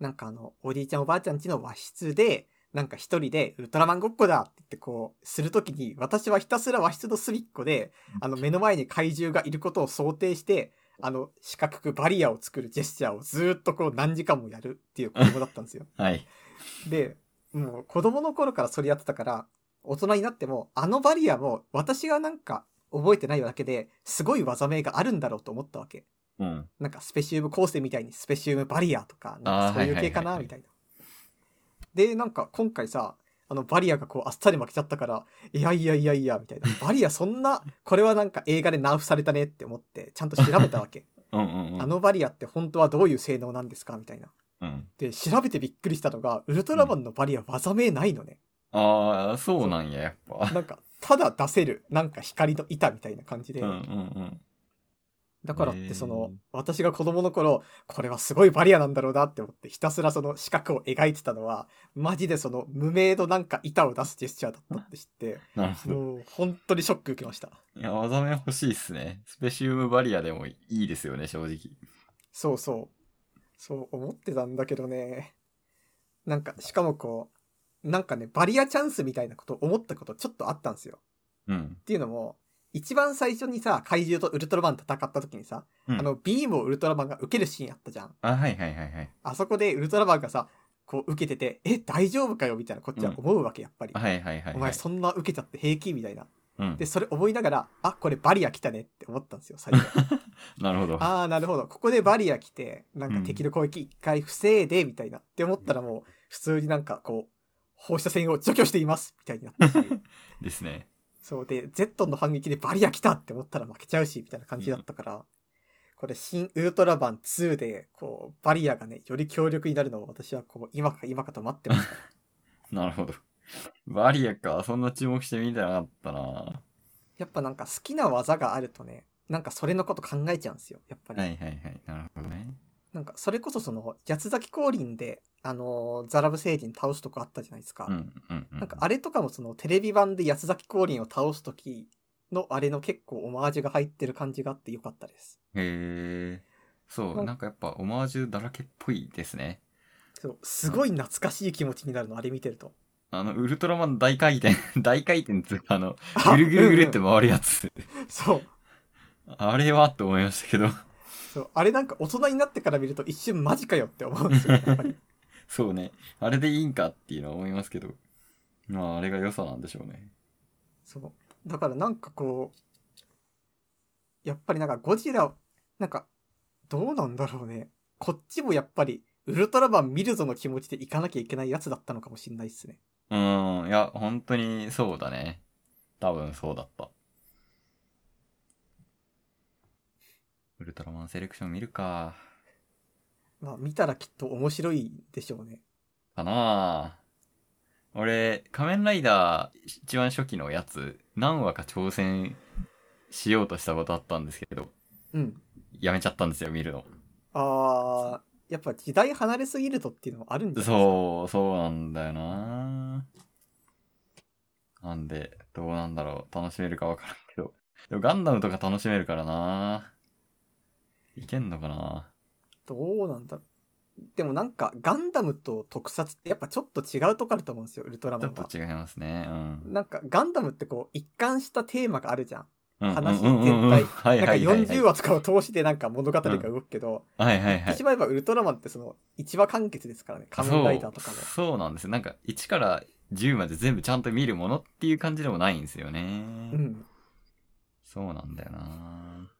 [SPEAKER 1] なんかあの、おじいちゃんおばあちゃん家の和室で、なんか一人でウルトラマンごっこだって言ってこう、するときに、私はひたすら和室の隅っこで、あの、目の前に怪獣がいることを想定して、あの、四角くバリアを作るジェスチャーをずーっとこう何時間もやるっていう子供だったんですよ。
[SPEAKER 2] はい。
[SPEAKER 1] で、もう子供の頃からそれやってたから、大人になっても、あのバリアも私がなんか覚えてないだけで、すごい技名があるんだろうと思ったわけ。
[SPEAKER 2] うん。
[SPEAKER 1] なんかスペシウム構成みたいにスペシウムバリアとか、なんかそういう系かな、
[SPEAKER 2] あーはいはいはいはい
[SPEAKER 1] みたいな。で、なんか今回さ、あのバリアがこうあっさり負けちゃったから、いやいやいやいや、みたい
[SPEAKER 2] <laughs>
[SPEAKER 1] な。バリアそんな、これはなんか映画でナーフされたねって思って、ちゃんと調べたわけ。
[SPEAKER 2] うん <laughs> うんうん。
[SPEAKER 1] あ、のバリアって本当はどういう性能なんですかみたいな。
[SPEAKER 2] うん、
[SPEAKER 1] で、調べてびっくりしたのが、ウルトラマンのバリア技名ないのね。
[SPEAKER 2] ああ、そうなんや、やっぱ。
[SPEAKER 1] なんか、ただ出せる、なんか光の板みたいな感じで。
[SPEAKER 2] <laughs> うんうんうん。
[SPEAKER 1] だからっ
[SPEAKER 2] へ
[SPEAKER 1] て
[SPEAKER 2] ー
[SPEAKER 1] その、私が子供の頃、これはすごいバリアなんだろうなって思って、ひたすらその四角を描いてたのは、マジでその無名のなんか板を出すジェスチャーだったって知って、
[SPEAKER 2] なるほど。
[SPEAKER 1] もう本当にショック受けました。
[SPEAKER 2] いや、技名欲しいっすね。スペシウムバリアでもいいですよね、正直。
[SPEAKER 1] そうそう。そう思ってたんだけどね。なんか、しかもこう、なんかね、バリアチャンスみたいなこと思ったことちょっとあったんですよ。
[SPEAKER 2] うん
[SPEAKER 1] っ。ていうのも、一番最初にさ、怪獣とウルトラマン戦った時にさ、
[SPEAKER 2] うん
[SPEAKER 1] あの、ビームをウルトラマンが受けるシーンあったじゃん。
[SPEAKER 2] あ、はいはいはいはい。
[SPEAKER 1] あそこでウルトラマンがさ、こう受けてて、え、大丈夫かよみたいな、こっちは思うわけ、やっぱり。
[SPEAKER 2] はいはいはい、はい。
[SPEAKER 1] お前そんな受けちゃって平気みたいな。
[SPEAKER 2] うん
[SPEAKER 1] で、。それ思いながら、あ、これバリア来たねって思ったんですよ、最
[SPEAKER 2] <laughs>
[SPEAKER 1] 初。
[SPEAKER 2] なるほど。
[SPEAKER 1] あー、なるほど。ここでバリア来て、なんか敵の攻撃一回防いで、みたいな。って思ったらもう、普通になんかこう、放射線を除去していますみたいになったし。
[SPEAKER 2] ですね。
[SPEAKER 1] そうで、ゼットンの反撃でバリア来たって思ったら負けちゃうし、みたいな感じだったから、これ、新ウルトラバン2で、こう、バリアがね、より強力になるのを私は、こう、今か今かと待ってまし
[SPEAKER 2] <laughs>
[SPEAKER 1] た。
[SPEAKER 2] なるほど。バリアか、そんな注目して見てなかったなは
[SPEAKER 1] やっぱなんか好きな技があるとね、なんかそれのこと考えちゃうんですよ、やっぱ
[SPEAKER 2] い
[SPEAKER 1] り。
[SPEAKER 2] はいはい。なるほどね。
[SPEAKER 1] なんか、それこそその、八つ咲き降臨で、あのーザラブ星人倒すとこあったじゃないですか。
[SPEAKER 2] うんうんうん。
[SPEAKER 1] なんかあれとかもそのテレビ版で八つ咲き降臨を倒す時のあれの結構オマージュが入ってる感じがあってよかったです。
[SPEAKER 2] へえ。そう、なんかやっぱオマージュだらけっぽいですね。
[SPEAKER 1] そうすごい懐かしい気持ちになるの、あれ見てると。
[SPEAKER 2] あの、ウルトラマン大回転、 <laughs> 大回転っていうか、あの、
[SPEAKER 1] あ
[SPEAKER 2] <laughs> ぐるぐるぐるって
[SPEAKER 1] うん
[SPEAKER 2] 回るやつ。
[SPEAKER 1] うんそう。
[SPEAKER 2] あれはって思いましたけど。 <laughs>
[SPEAKER 1] そう。あれなんか大人になってから見ると一瞬マジかよって思うん
[SPEAKER 2] <laughs>
[SPEAKER 1] ですよ。やっぱり
[SPEAKER 2] そうね。あれでいいんかっていうのは思いますけど。まあ、あれが良さなんでしょうね。
[SPEAKER 1] そう。だからなんかこう、やっぱりなんかゴジラ、なんか、どうなんだろうね。こっちもやっぱり、ウルトラマン見るぞの気持ちで行かなきゃいけないやつだったのかもしれないっすね。
[SPEAKER 2] うーん、いや、本当にそうだね。多分そうだった。ウルトラマンセレクション見るか。
[SPEAKER 1] まあ見たらきっと面白いでしょうね。
[SPEAKER 2] かなぁ。俺、仮面ライダー一番初期のやつ、何話か挑戦しようとしたことあったんですけど、
[SPEAKER 1] うん。
[SPEAKER 2] やめちゃったんですよ、見るの。
[SPEAKER 1] あー、やっぱ時代離れすぎるとっていうのもあるんですう。
[SPEAKER 2] そう、そうなんだよななんで、どうなんだろう。楽しめるかわからんけど。でもガンダムとか楽しめるからないけんのかな
[SPEAKER 1] どうなんだろうでもなんか、ガンダムと特撮ってやっぱちょっと違うとこあると思うんですよ、ウルトラ
[SPEAKER 2] ち
[SPEAKER 1] マ
[SPEAKER 2] ょっ
[SPEAKER 1] ンは。
[SPEAKER 2] と違いますね。うん。
[SPEAKER 1] なんか、ガンダムってこう、一貫したテーマがあるじゃん。
[SPEAKER 2] うん
[SPEAKER 1] 話
[SPEAKER 2] うんうんうんう
[SPEAKER 1] 全
[SPEAKER 2] ん
[SPEAKER 1] 体
[SPEAKER 2] はい
[SPEAKER 1] なんか
[SPEAKER 2] はいはいはい。
[SPEAKER 1] 40話とかを通してなんか物語が動くけど、
[SPEAKER 2] はいは
[SPEAKER 1] 言
[SPEAKER 2] いは
[SPEAKER 1] って
[SPEAKER 2] い
[SPEAKER 1] し。まえばウルトラマンってその、一話完結ですからね、仮面ライダーとかも
[SPEAKER 2] そう。そうなんですよ。なんか、1から10まで全部ちゃんと見るものっていう感じでもないんですよね。
[SPEAKER 1] うん。
[SPEAKER 2] そうなんだよな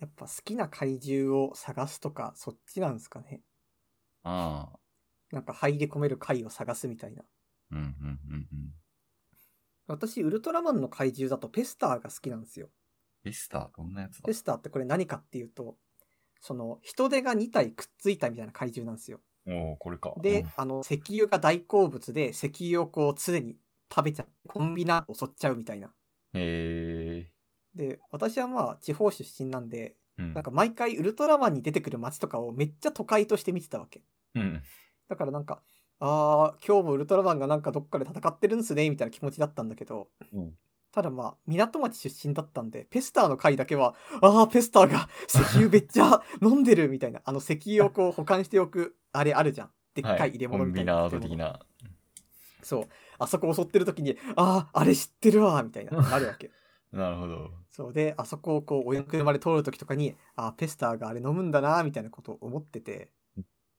[SPEAKER 1] やっぱ好きな怪獣を探すとか、そっちなんですかね。
[SPEAKER 2] ああ。
[SPEAKER 1] なんか入り込める怪を探すみたいな。
[SPEAKER 2] うんうんうんうん。
[SPEAKER 1] 私、ウルトラマンの怪獣だとペスターが好きなんですよ。
[SPEAKER 2] エスター、どんなやつだ
[SPEAKER 1] ペスターってこれ何かっていうと、その、人手が2体くっついたみたいな怪獣なんですよ。
[SPEAKER 2] おおこれか。
[SPEAKER 1] で、あの、石油が大好物で、石油をこう常に食べちゃって、コンビナを襲っちゃうみたいな。
[SPEAKER 2] へえ。
[SPEAKER 1] で、私はまあ、地方出身なんで、
[SPEAKER 2] うん
[SPEAKER 1] なんか毎回ウルトラマンに出てくる街とかをめっちゃ都会として見てたわけ。
[SPEAKER 2] うん。
[SPEAKER 1] だからなんか、あー、今日もウルトラマンがなんかどっかで戦ってるんすね、みたいな気持ちだったんだけど、
[SPEAKER 2] うん
[SPEAKER 1] ただまあ、港町出身だったんで、ペスターの回だけは、あー、ペスターが石油めっちゃ飲んでるみたいな、あの石油をこう保管しておく、あれあるじゃん。でっかい入れ物みたいな。
[SPEAKER 2] コンビナート的な。
[SPEAKER 1] そう。あそこ襲ってる時に、あー、あれ知ってるわ、みたいな、あるわけ。
[SPEAKER 2] なるほど。
[SPEAKER 1] そうで、あそこをこう、親の車で通るときとかに、あ、ペスターがあれ飲むんだな、みたいなことを思ってて、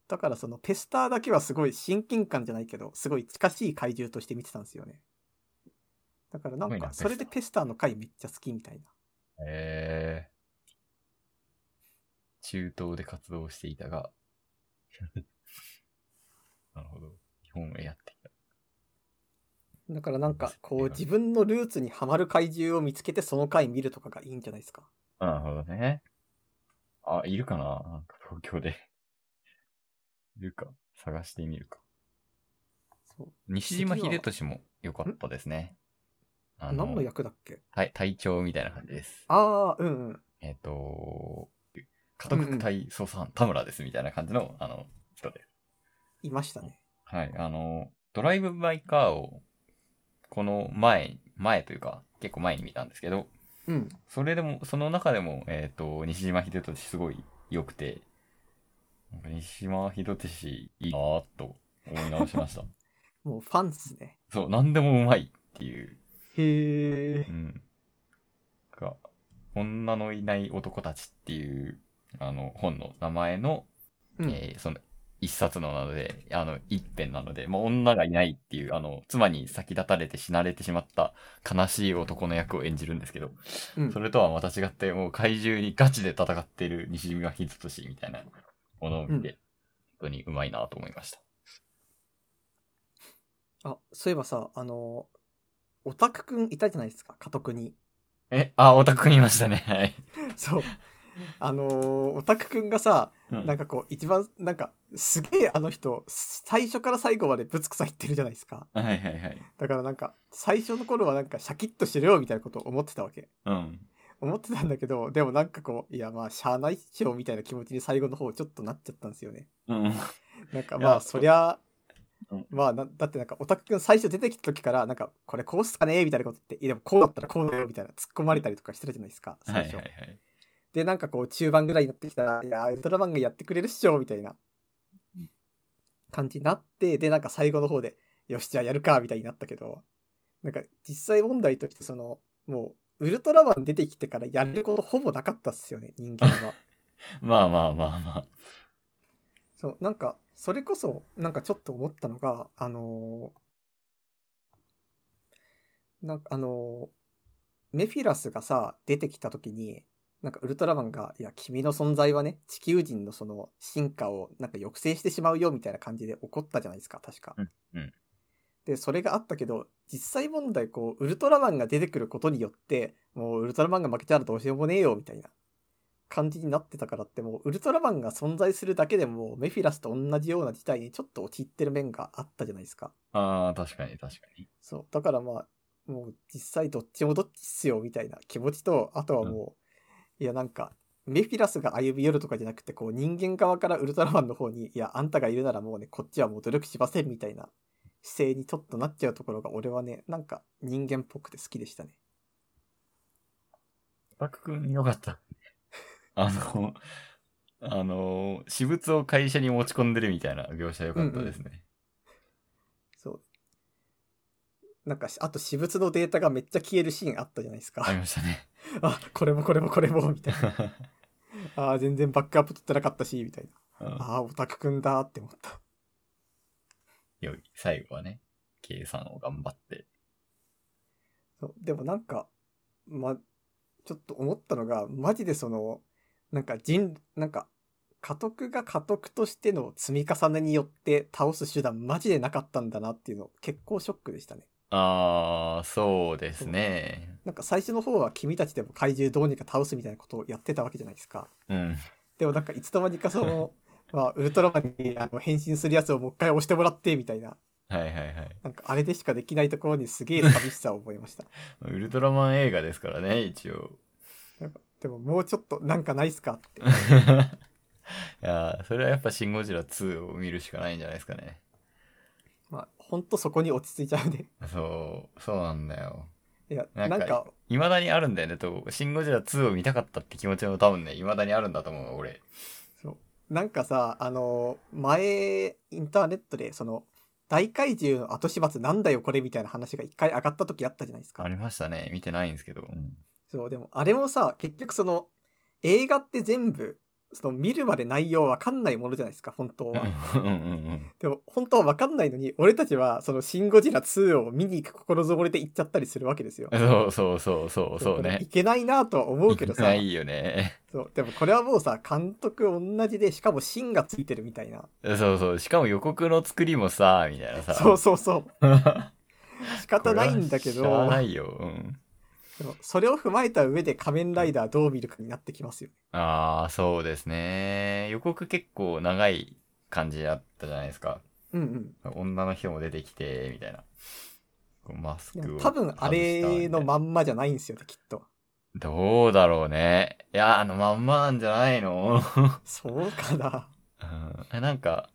[SPEAKER 1] だからそのペスターだけはすごい親近感じゃないけど、すごい近しい怪獣として見てたんですよね。だからな
[SPEAKER 2] すご
[SPEAKER 1] ん
[SPEAKER 2] いな
[SPEAKER 1] か、それでペスターの回めっちゃ好きみたいな。
[SPEAKER 2] へえ。中東で活動していたが。 <laughs> なるほど。日本へやってきた。
[SPEAKER 1] だからなんか、こ
[SPEAKER 2] そう
[SPEAKER 1] う
[SPEAKER 2] ですね
[SPEAKER 1] 自分のルーツにはまる怪獣を見つけてその回見るとかがいいんじゃないですか。
[SPEAKER 2] なるほどね。あ、いるかななんか東京で。いるか。探してみるか。
[SPEAKER 1] そう。
[SPEAKER 2] 西島秀俊も良かったですね。あ
[SPEAKER 1] 何の
[SPEAKER 2] の、
[SPEAKER 1] 役だっけ
[SPEAKER 2] はい、隊長みたいな感じです。
[SPEAKER 1] ああ、うんうん。
[SPEAKER 2] えっ、と、家督隊捜査班田村ですみたいな感じの、あの、人で。
[SPEAKER 1] いましたね。
[SPEAKER 2] はい、あの、ドライブ・バイ・カーを、この前、前というか、結構前に見たんですけど、
[SPEAKER 1] うん。
[SPEAKER 2] それでも、その中でも、えっ、と、西島秀俊すごい良くて、なんか西島秀俊いいなぁと思い直しま
[SPEAKER 1] <laughs>
[SPEAKER 2] した。
[SPEAKER 1] もうファンっすね。
[SPEAKER 2] そう、何でもうまいっていう、
[SPEAKER 1] へえ
[SPEAKER 2] う。ん。が、女のいない男たちっていう、あの、本の名前の、
[SPEAKER 1] うん
[SPEAKER 2] えーその、一冊のなので、あの、一編なので、もう女がいないっていう、あの、妻に先立たれて死なれてしまった悲しい男の役を演じるんですけど、
[SPEAKER 1] うん
[SPEAKER 2] それとはまた違って、もう怪獣にガチで戦っている西島秀俊みたいなものを見て、本当にうまいなと思いました。
[SPEAKER 1] あ、そういえばさ、あの、オタクくんいたじゃないですか、家督に。
[SPEAKER 2] え、あ、オタクいましたね。 <laughs> はい。
[SPEAKER 1] そう。あのーオタクくんがさ、
[SPEAKER 2] うん
[SPEAKER 1] なんかこう、一番、なんか、すげえあの人、最初から最後までぶつくさ言ってるじゃないですか。
[SPEAKER 2] はいはいはい。
[SPEAKER 1] だからなんか、最初の頃はなんか、シャキッとしてるよみたいなことを思ってたわけ。
[SPEAKER 2] うん。
[SPEAKER 1] 思ってたんだけど、でもなんかこう、いやまあ、しゃあないっしょみたいな気持ちに最後の方ちょっとなっちゃったんですよね。
[SPEAKER 2] うん。
[SPEAKER 1] なんか
[SPEAKER 2] い
[SPEAKER 1] まあ、
[SPEAKER 2] や
[SPEAKER 1] そりゃ
[SPEAKER 2] うん、
[SPEAKER 1] まあな、だってなんか、オタクくん最初出てきた時から、なんか、これこうっすかねみたいなことって、いやでもこうだったらこうだよみたいな突っ込まれたりとかしてたじゃないですか、
[SPEAKER 2] は
[SPEAKER 1] 最
[SPEAKER 2] いはい
[SPEAKER 1] 初。
[SPEAKER 2] はい。
[SPEAKER 1] で、なんかこう、中盤ぐらいになってきたら、いやー、ウルトラマンがやってくれるっしょ、みたいな
[SPEAKER 2] うん
[SPEAKER 1] 感じになって、で、なんか最後の方で、よし、じゃあやるか、みたいになったけど、なんか実際問題として、その、もう、ウルトラマン出てきてからやることほぼなかったっすよね、人間は。
[SPEAKER 2] まあまあまあまあ。
[SPEAKER 1] そう、なんか、それこそ、なんかちょっと思ったのが、あのーなんかあのーメフィラスがさ、出てきた時に、なんかウルトラマンが、いや、君の存在はね、地球人のその進化をなんか抑制してしまうよ、みたいな感じで怒ったじゃないですか、確か。
[SPEAKER 2] うんうん
[SPEAKER 1] で、それがあったけど、実際問題、こう、ウルトラマンが出てくることによって、もうウルトラマンが負けたらどうしようもねえよ、みたいな。感じになってたからってもうウルトラマンが存在するだけでもメフィラスと同じような事態にちょっと陥ってる面があったじゃないですか。
[SPEAKER 2] ああ、確かに確かに。
[SPEAKER 1] そう。だからまあ、もう実際どっちもどっちっすよみたいな気持ちと、あとはもう、いやなんか、メフィラスが歩み寄るとかじゃなくて、こう人間側からウルトラマンの方に、いや、あんたがいるならもうね、こっちはもう努力しませんみたいな姿勢にちょっとなっちゃうところが俺はね、なんか人間っぽくて好きでしたね。
[SPEAKER 2] オタクくんよかった。 <laughs> あの、あの、私物を会社に持ち込んでるみたいな描写よかったですね。
[SPEAKER 1] そう。なんかし、あと私物のデータがめっちゃ消えるシーンあったじゃないですか
[SPEAKER 2] あ。りましたね。 <laughs>
[SPEAKER 1] あ、これもこれもこれも、みたいな。あー全然バックアップ取ってなかったし、みたいな。
[SPEAKER 2] うん
[SPEAKER 1] ああ、オタクくんだーって思った。
[SPEAKER 2] 良い。最後はね、計算を頑張って。
[SPEAKER 1] そうでもなんか、ま、ちょっと思ったのが、マジでその、なんか人、なんか、家督が家督としての積み重ねによって倒す手段マジでなかったんだなっていうの結構ショックでしたね。
[SPEAKER 2] ああ、そうですね。
[SPEAKER 1] なんか最初の方は君たちでも怪獣どうにか倒すみたいなことをやってたわけじゃないですか。
[SPEAKER 2] うん。
[SPEAKER 1] でもなんかいつの間にかそ
[SPEAKER 2] <laughs>
[SPEAKER 1] の、まあウルトラマンにあの変身するやつをもう一回押してもらってみたいな、
[SPEAKER 2] はいはいはい。
[SPEAKER 1] なんかあれでしかできないところにすげえ寂しさを覚えま
[SPEAKER 2] <laughs>
[SPEAKER 1] した。
[SPEAKER 2] ウルトラマン映画ですからね、
[SPEAKER 1] <laughs>
[SPEAKER 2] 一応。
[SPEAKER 1] なんかでももうちょっとなんかないっすかって。
[SPEAKER 2] いやーそれはやっぱシン・ゴジラ2を見るしかないんじゃないですかね。
[SPEAKER 1] まあほんとそこに落ち着いちゃうね。
[SPEAKER 2] そう、そうなんだよ。
[SPEAKER 1] いや、
[SPEAKER 2] な
[SPEAKER 1] なんん
[SPEAKER 2] か
[SPEAKER 1] か、
[SPEAKER 2] 未だにあるんだよね、と。シン・ゴジラ2を見たかったって気持ちも多分ね、未だにあるんだと思う、俺。
[SPEAKER 1] そうなんかさ、あのー前、インターネットでその、大怪獣の後始末なんだよこれみたいな話が一回上がった時あったじゃないですか
[SPEAKER 2] あ。りましたね。見てないんですけど。うん
[SPEAKER 1] そう、でもあれもさ、結局その、映画って全部、その見るまで内容わかんないものじゃないですか、本当は。
[SPEAKER 2] うんうんうん
[SPEAKER 1] でも本当はわかんないのに、俺たちはそのシンゴジラ2を見に行く心づもりで行っちゃったりするわけですよ
[SPEAKER 2] う。ん。そうそうそうそう、そう
[SPEAKER 1] これい
[SPEAKER 2] ね。
[SPEAKER 1] けないなとは思うけどさ
[SPEAKER 2] な、いよね。
[SPEAKER 1] そうでもこれはもうさ、監督同じで、しかも芯がついてるみたいな。
[SPEAKER 2] そうそう。しかも予告の作りもさ、みたいなさ。
[SPEAKER 1] そうそうそう。仕
[SPEAKER 2] 仕
[SPEAKER 1] 方ないんだけ
[SPEAKER 2] 仕方
[SPEAKER 1] ど
[SPEAKER 2] な、いよ。うん。
[SPEAKER 1] でもそれを踏まえた上で仮面ライダーどう見るかになってきますよ。
[SPEAKER 2] ああ、そうですね。予告結構長い感じだったじゃないですか。
[SPEAKER 1] うんうん。
[SPEAKER 2] 女の人も出てきて、みたいな。こうマス
[SPEAKER 1] いや
[SPEAKER 2] クを
[SPEAKER 1] 多分あれのまんまじゃないんですよね、きっと。
[SPEAKER 2] どうだろうね。いや、あのまんまなんじゃないの、
[SPEAKER 1] そうかな。
[SPEAKER 2] うん、なんか、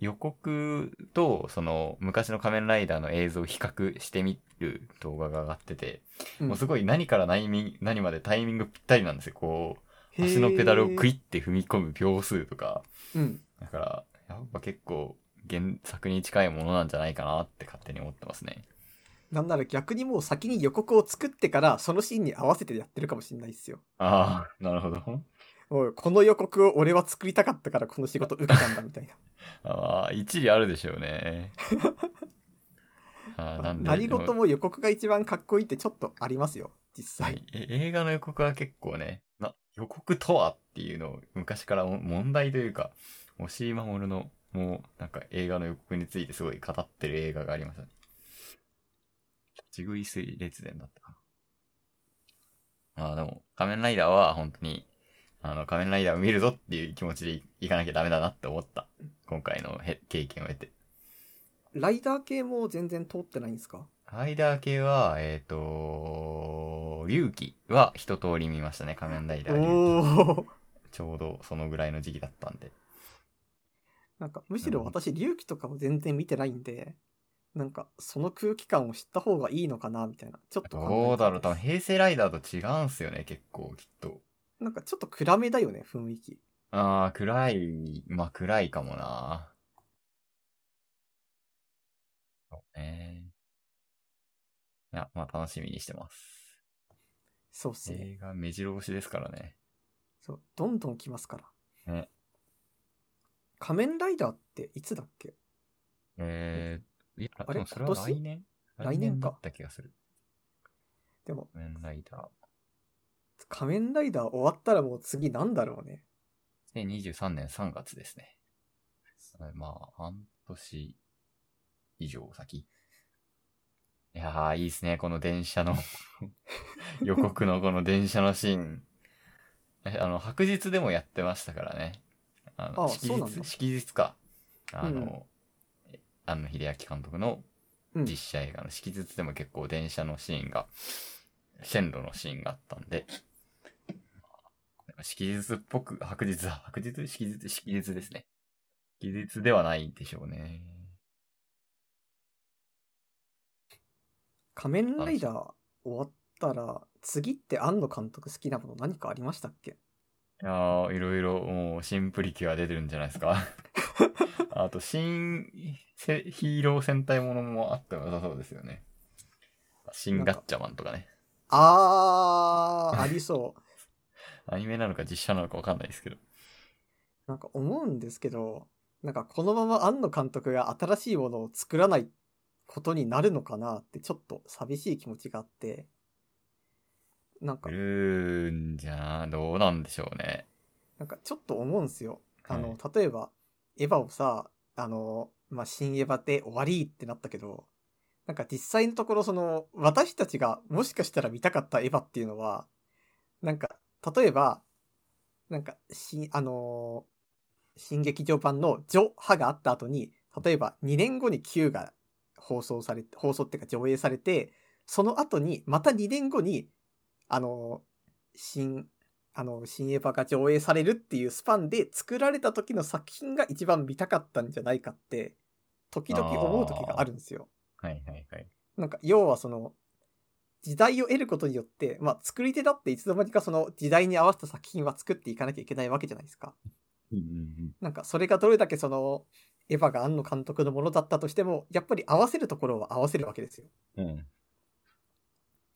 [SPEAKER 2] 予告と、その、昔の仮面ライダーの映像を比較してみる動画が上がってて、
[SPEAKER 1] うん
[SPEAKER 2] もうすごい何から何み何までタイミングぴったりなんですよ。こう、
[SPEAKER 1] へー
[SPEAKER 2] 足のペダルをクイって踏み込む秒数とか。
[SPEAKER 1] うん。
[SPEAKER 2] だから、やっぱ結構、原作に近いものなんじゃないかなって勝手に思ってますね。
[SPEAKER 1] なんなら逆にもう先に予告を作ってから、そのシーンに合わせてやってるかもしれないですよ。
[SPEAKER 2] ああ、なるほど。
[SPEAKER 1] もうこの予告を俺は作りたかったからこの仕事受けたんだみたいな。
[SPEAKER 2] ああ、一理あるでしょ
[SPEAKER 1] <laughs>
[SPEAKER 2] うね。ああ、なんで。
[SPEAKER 1] 何事も予告が一番かっこいいってちょっとありますよ、実
[SPEAKER 2] は
[SPEAKER 1] 際。
[SPEAKER 2] い、え映画の予告は結構ね、な予告とはっていうのを昔からも問題というか、押井守の、もうなんか映画の予告についてすごい語ってる映画がありますよね。ジグイス列伝だったかな。ああ、でも、仮面ライダーは本当に、あの、仮面ライダーを見るぞっていう気持ちでいいかなきゃダメだなって思った。今回のへ経験を得て。
[SPEAKER 1] ライダー系も全然通ってないんですか
[SPEAKER 2] ライダー系は、えっ、ー、と、龍騎は一通り見ましたね、仮面ライダー龍騎。
[SPEAKER 1] おお。
[SPEAKER 2] ちょうどそのぐらいの時期だったんで。
[SPEAKER 1] なんか、むしろ私、隆起とかを全然見てないんで、なんか、その空気感を知った方がいいのかな、みたいな。ちょっと考えてます
[SPEAKER 2] どうだろう、多分平成ライダーと違うんすよね、結構、きっと。
[SPEAKER 1] なんか、ちょっと暗めだよね、雰囲気。
[SPEAKER 2] ああ、暗い、まあ暗いかもな。そうね。いや、まあ楽しみにしてます。
[SPEAKER 1] そうっすね。
[SPEAKER 2] 映画目白押しですからね。
[SPEAKER 1] そう、どんどん来ますから。
[SPEAKER 2] ね
[SPEAKER 1] 仮面ライダーっていつだっけ
[SPEAKER 2] えー、いや、
[SPEAKER 1] あれ
[SPEAKER 2] でもそれは
[SPEAKER 1] 今
[SPEAKER 2] 来
[SPEAKER 1] 年
[SPEAKER 2] 年
[SPEAKER 1] 来年か
[SPEAKER 2] だった気がする。
[SPEAKER 1] でも、
[SPEAKER 2] 仮面ライダ
[SPEAKER 1] 仮面ライダー終わったらもう次なんだろうね。
[SPEAKER 2] ー。2023年3月ですね。まあ、半年以上先。いやー、いいですね、この電車の。 <laughs> 予告のこの電車のシーン。えあの、白日でもやってましたからね。あの、
[SPEAKER 1] あ
[SPEAKER 2] 祝
[SPEAKER 1] そうなんだ
[SPEAKER 2] 日、祝日か。あ
[SPEAKER 1] うん
[SPEAKER 2] の、え庵野秀明監督の
[SPEAKER 1] うん
[SPEAKER 2] 実写映画の式日でも結構電車のシーンが、線路のシーンがあったんで、式日っぽく、白日だ、白日式日、式日ですね。式日ではないんでしょうね。
[SPEAKER 1] 仮面ライダー終わったら、次って庵野監督好きなもの何かありましたっけ
[SPEAKER 2] いやー、いろいろ、もう、シンプリキュア出てるんじゃないですか。あと、新せヒーロー戦隊ものもあっても良さそうですよね。新ガッチャマンとかね。
[SPEAKER 1] あー、ありそう。
[SPEAKER 2] アニメなのか実写なのかわかんないですけど。
[SPEAKER 1] <laughs> なんか思うんですけど、なんかこのまま庵野監督が新しいものを作らないことになるのかなってちょっと寂しい気持ちがあって、なんか
[SPEAKER 2] い、るんじゃな、どうなんでしょうね。
[SPEAKER 1] なんかちょっと思うんすよ。あの、
[SPEAKER 2] は
[SPEAKER 1] 例えば、エヴァをさ、あの、まあ、新エヴァで終わりってなったけど、なんか実際のところその、私たちがもしかしたら見たかったエヴァっていうのは、なんか、例えば、なんか、し、あのー新劇場版のジョ・ハがあった後に、例えば2年後に Q が放送され、放送っていうか上映されて、その後に、また2年後に、あのー新、あの、新エヴァが上映されるっていうスパンで作られた時の作品が一番見たかったんじゃないかって、時々思う時があるんですよ。
[SPEAKER 2] はいはいはい。
[SPEAKER 1] なんか、要はその、時代を得ることによって、まあ、作り手だっていつの間にかその時代に合わせた作品は作っていかなきゃいけないわけじゃないですか。
[SPEAKER 2] うんうん
[SPEAKER 1] なんか、それがどれだけその、エヴァが庵野監督のものだったとしても、やっぱり合わせるところは合わせるわけですよ。
[SPEAKER 2] うん。うん。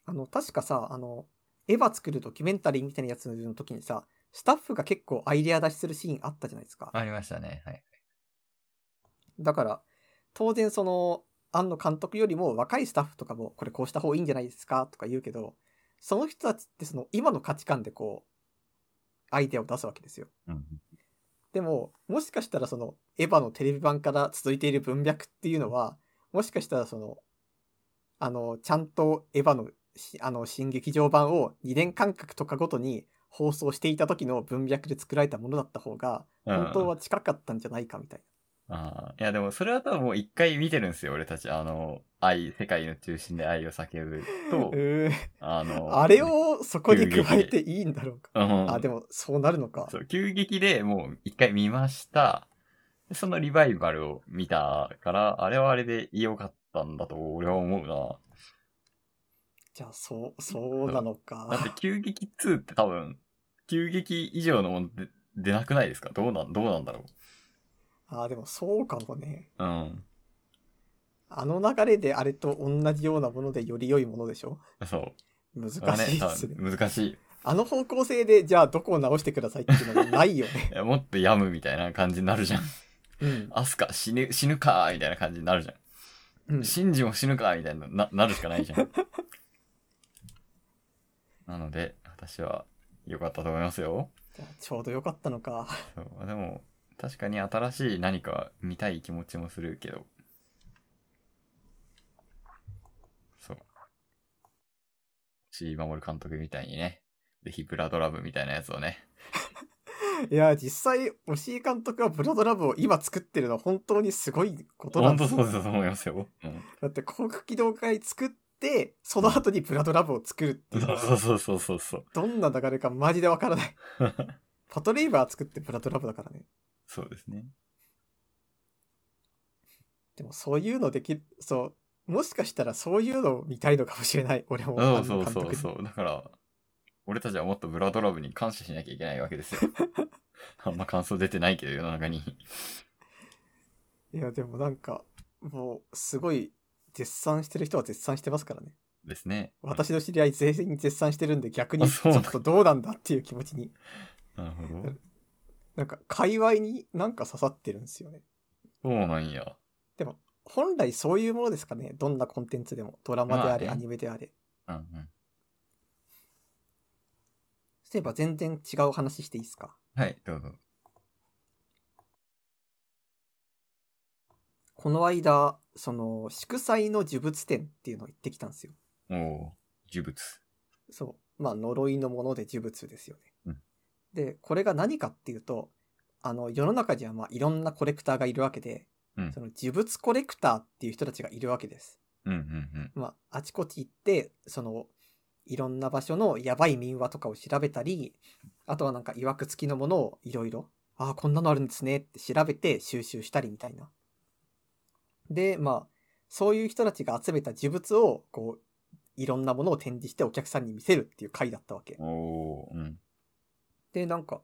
[SPEAKER 1] あの、確かさ、あの、エヴァ作るドキュメンタリーみたいなやつの時にさ、スタッフが結構アイデア出しするシーンあったじゃないですか。
[SPEAKER 2] ありましたね。はい。
[SPEAKER 1] だから、当然その、庵野監督よりも若いスタッフとかも、これこうした方がいいんじゃないですかとか言うけど、その人たちってその、今の価値観でこう、アイデアを出すわけですよ。
[SPEAKER 2] うん。
[SPEAKER 1] でも、もしかしたらその、エヴァのテレビ版から続いている文脈っていうのは、もしかしたらその、あの、ちゃんとエヴァのし、あの、新劇場版を2年間隔とかごとに放送していた時の文脈で作られたものだった方が、本当は近かったんじゃないかみたいな。
[SPEAKER 2] ああ。いやでもそれは多分もう一回見てるんですよ、俺たち。あの、愛、世界の中心で愛を叫ぶと
[SPEAKER 1] <laughs> う、ーん
[SPEAKER 2] あの、
[SPEAKER 1] あれをそこに加えていいんだろうか。
[SPEAKER 2] うん、
[SPEAKER 1] あ、でもそうなるのか
[SPEAKER 2] そ。う、急激でもう一回見ました。そのリバイバルを見たから、あれはあれで良かったんだと俺は思うな。
[SPEAKER 1] じゃあ、そう、そうなの
[SPEAKER 2] だっ
[SPEAKER 1] か。
[SPEAKER 2] て、急激2って多分、急激以上のもので出なくないですかどうなん、どうなんだろ
[SPEAKER 1] あ、でもそうかもね。
[SPEAKER 2] ううん。
[SPEAKER 1] あの流れであれと同じようなものでより良いものでしょ
[SPEAKER 2] そう。
[SPEAKER 1] 難し
[SPEAKER 2] それはい
[SPEAKER 1] で
[SPEAKER 2] 多
[SPEAKER 1] すね。
[SPEAKER 2] 分難しい。
[SPEAKER 1] あの方向性で、じゃあどこを直してくださいっていうのもないよ
[SPEAKER 2] <laughs>
[SPEAKER 1] ね。
[SPEAKER 2] いやもっと病むみたいな感じになるじゃん。
[SPEAKER 1] うん。
[SPEAKER 2] アスカ死ぬ、死ぬかーみたいな感じになるじゃん。
[SPEAKER 1] うん、
[SPEAKER 2] シンジも死ぬかーみたいな、な、なるしかないじゃん。 <laughs> なので、私は良かったと思いますよ。
[SPEAKER 1] じゃあちょうど良かったのか。
[SPEAKER 2] そうでも、確かに新しい何か見たい気持ちもするけど。そう。石井守監督みたいにね、ぜひブラドラブみたいなやつをね。
[SPEAKER 1] いや、実際、押井監督がブラドラブを今作ってるのは本当にすごいことな
[SPEAKER 2] 本
[SPEAKER 1] んで
[SPEAKER 2] 当
[SPEAKER 1] す
[SPEAKER 2] そうだと思いますよ。うん
[SPEAKER 1] だって、航空機動隊作って、その後にブラドラブを作るっていうの
[SPEAKER 2] そ <laughs>
[SPEAKER 1] は、
[SPEAKER 2] うそうそうそうそう。
[SPEAKER 1] どんな流れかマジでわから
[SPEAKER 2] <laughs>
[SPEAKER 1] ない。パトレイバー作ってブラドラブだからね。
[SPEAKER 2] そうですね。
[SPEAKER 1] でも、そういうのできる、そう、もしかしたらそういうのを見たいのかもしれない、俺も。
[SPEAKER 2] そうそうそ
[SPEAKER 1] あの
[SPEAKER 2] う
[SPEAKER 1] 監督
[SPEAKER 2] そ
[SPEAKER 1] に
[SPEAKER 2] う。だから、俺たちはもっとブラドラブに感謝しなきゃいけないわけです
[SPEAKER 1] <laughs>
[SPEAKER 2] よ。あんま感想出てないけど、世の中に。
[SPEAKER 1] いや、でもなんか、もう、すごい、絶賛してる人は絶賛してますからね。
[SPEAKER 2] ですね。
[SPEAKER 1] 私の知り合い全員絶賛してるんで、逆に
[SPEAKER 2] あ
[SPEAKER 1] ち
[SPEAKER 2] そ
[SPEAKER 1] ょ
[SPEAKER 2] うな
[SPEAKER 1] っ
[SPEAKER 2] んだ
[SPEAKER 1] とどうなんだっていう気持ちに。
[SPEAKER 2] なるほど。
[SPEAKER 1] なんか、界隈になんか刺さってるんですよね。
[SPEAKER 2] そうなんや。
[SPEAKER 1] でも、本来そういうものですかね。どんなコンテンツでも。ドラマであれ、
[SPEAKER 2] まあね
[SPEAKER 1] アニメであれ。
[SPEAKER 2] うんうん。
[SPEAKER 1] そういえば全然違う話していいですか
[SPEAKER 2] はい、どうぞ。
[SPEAKER 1] この間、その、祝祭の呪物展っていうのを行ってきたんですよ。
[SPEAKER 2] おお呪物。
[SPEAKER 1] そう。まあ、呪いのもので呪物ですよね。
[SPEAKER 2] うん
[SPEAKER 1] で、これが何かっていうと、あの、世の中にはまあ、いろんなコレクターがいるわけで、
[SPEAKER 2] うん
[SPEAKER 1] その呪物コレクターっていう人たちがいるわけです。
[SPEAKER 2] うんうん
[SPEAKER 1] まあ、あちこち行って、その、いろんな場所のやばい民話とかを調べたり、あとはなんか曰く付きのものをいろいろ、ああ、こんなのあるんですねって調べて収集したりみたいな。で、まあ、そういう人たちが集めた呪物を、こう、いろんなものを展示してお客さんに見せるっていう回だったわけ
[SPEAKER 2] うん。。おおうん。
[SPEAKER 1] で、なんか、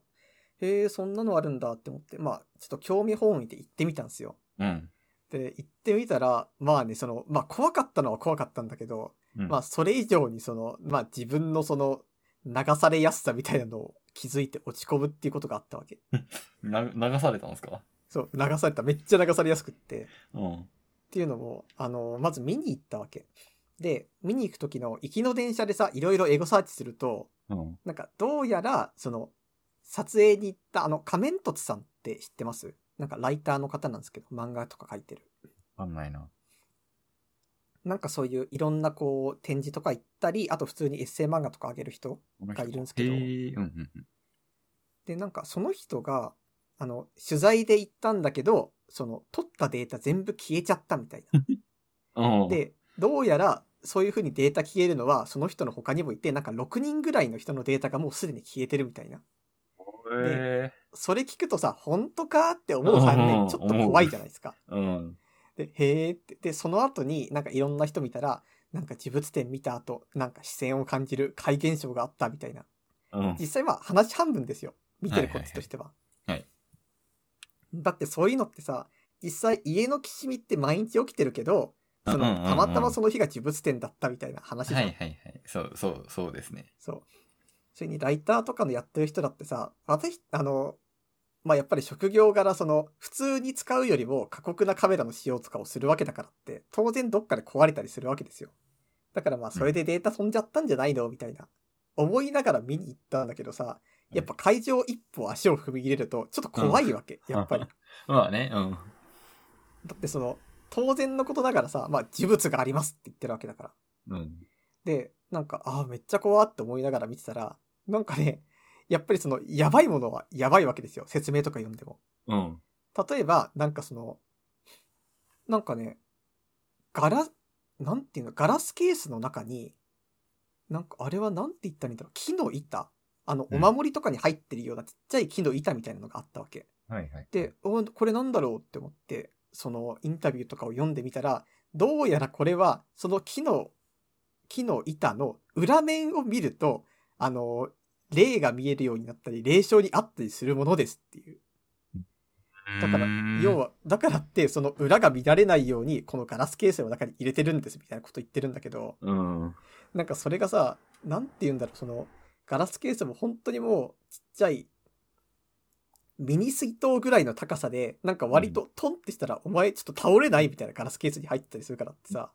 [SPEAKER 1] へえ、そんなのあるんだって思って、まあ、ちょっと興味本位で行ってみたんですよ。
[SPEAKER 2] うん。
[SPEAKER 1] で、行ってみたら、まあね、その、まあ怖かったのは怖かったんだけど、
[SPEAKER 2] うん
[SPEAKER 1] まあ、それ以上にその、まあ自分のその流されやすさみたいなのを気づいて落ち込むっていうことがあったわけ。
[SPEAKER 2] な流されたんですか
[SPEAKER 1] そう、流された。めっちゃ流されやすくって。っ
[SPEAKER 2] うん。
[SPEAKER 1] ていうのも、あの、まず見に行ったわけ。で、見に行く時の行きの電車でさ、いろいろエゴサーチすると、
[SPEAKER 2] うん。
[SPEAKER 1] なんかどうやら、その、撮影に行ったあの、仮面凸さんって知ってますなんかライターの方なんですけど、漫画とか書いてる。
[SPEAKER 2] わかんないな。
[SPEAKER 1] なんかそういういろんなこう展示とか行ったり、あと普通にエッセイ漫画とかあげる人がいるんですけど
[SPEAKER 2] へーうんうんうん。
[SPEAKER 1] で、なんかその人が、あの、取材で行ったんだけど、その、取ったデータ全部消えちゃったみたいな。
[SPEAKER 2] うん、
[SPEAKER 1] で、どうやら、そういう風にデータ消えるのは、その人の他にもいて、なんか6人ぐらいの人のデータがもうすでに消えてるみたいな。
[SPEAKER 2] へ
[SPEAKER 1] それ聞くとさ、本当かって思う反
[SPEAKER 2] うんう
[SPEAKER 1] 面、
[SPEAKER 2] ん
[SPEAKER 1] ちょっと怖いじゃないですか。
[SPEAKER 2] ーうん。
[SPEAKER 1] で、へーって。で、その後になんかいろんな人見たら、なんか自物展見た後、なんか視線を感じる怪現象があったみたいな。
[SPEAKER 2] うん。
[SPEAKER 1] 実際は話半分ですよ。見てるこっちとしては。
[SPEAKER 2] はいはいはい
[SPEAKER 1] だってそういうのってさ、実際家のきしみって毎日起きてるけど、そ
[SPEAKER 2] うんうんうんう
[SPEAKER 1] の、
[SPEAKER 2] ん
[SPEAKER 1] たまたまその日が呪物展だったみたいな話じゃん
[SPEAKER 2] はいはいはい。そうそう、そうですね。
[SPEAKER 1] そう。それにライターとかのやってる人だってさ、私、あの、まあ、やっぱり職業柄その、普通に使うよりも過酷なカメラの使用とかをするわけだからって、当然どっかで壊れたりするわけですよ。だからまあ、それでデータ飛んじゃったんじゃないのみたいな。思いながら見に行ったんだけどさ、やっぱ会場一歩足を踏み入れると、ちょっと怖いわけ、やっぱり。
[SPEAKER 2] まあね、うん。
[SPEAKER 1] だってその、当然のことながらさ、まあ、呪物がありますって言ってるわけだから。
[SPEAKER 2] うん。
[SPEAKER 1] で、なんか、ああ、めっちゃ怖って思いながら見てたら、なんかね、やっぱりその、やばいものはやばいわけですよ。説明とか読んでも。
[SPEAKER 2] うん。
[SPEAKER 1] 例えば、なんかその、なんかね、ガラ、なんていうの、ガラスケースの中に、なんかあれはなんて言ったらいいんだろう、木の板あの、
[SPEAKER 2] う
[SPEAKER 1] お
[SPEAKER 2] ん
[SPEAKER 1] 守りとかに入ってるようなちっちゃい木の板みたいなのがあったわけ。
[SPEAKER 2] はいはい。
[SPEAKER 1] で、おこれなんだろうって思って、そのインタビューとかを読んでみたら、どうやらこれは、その木の、木の板の裏面を見ると、あの、霊が見えるようになったり、霊障にあったりするものですっていう。だから、要
[SPEAKER 2] は。
[SPEAKER 1] は、だからって、その裏が見られないように、このガラスケースの中に入れてるんですみたいなこと言ってるんだけど、
[SPEAKER 2] うん。
[SPEAKER 1] なんかそれがさ、なんて言うんだろう、その、ガラスケースも本当にもう、ちっちゃい、ミニ水筒ぐらいの高さで、なんか割とトンってしたら、お前ちょっと倒れないみたいなガラスケースに入ってたりするからってさ、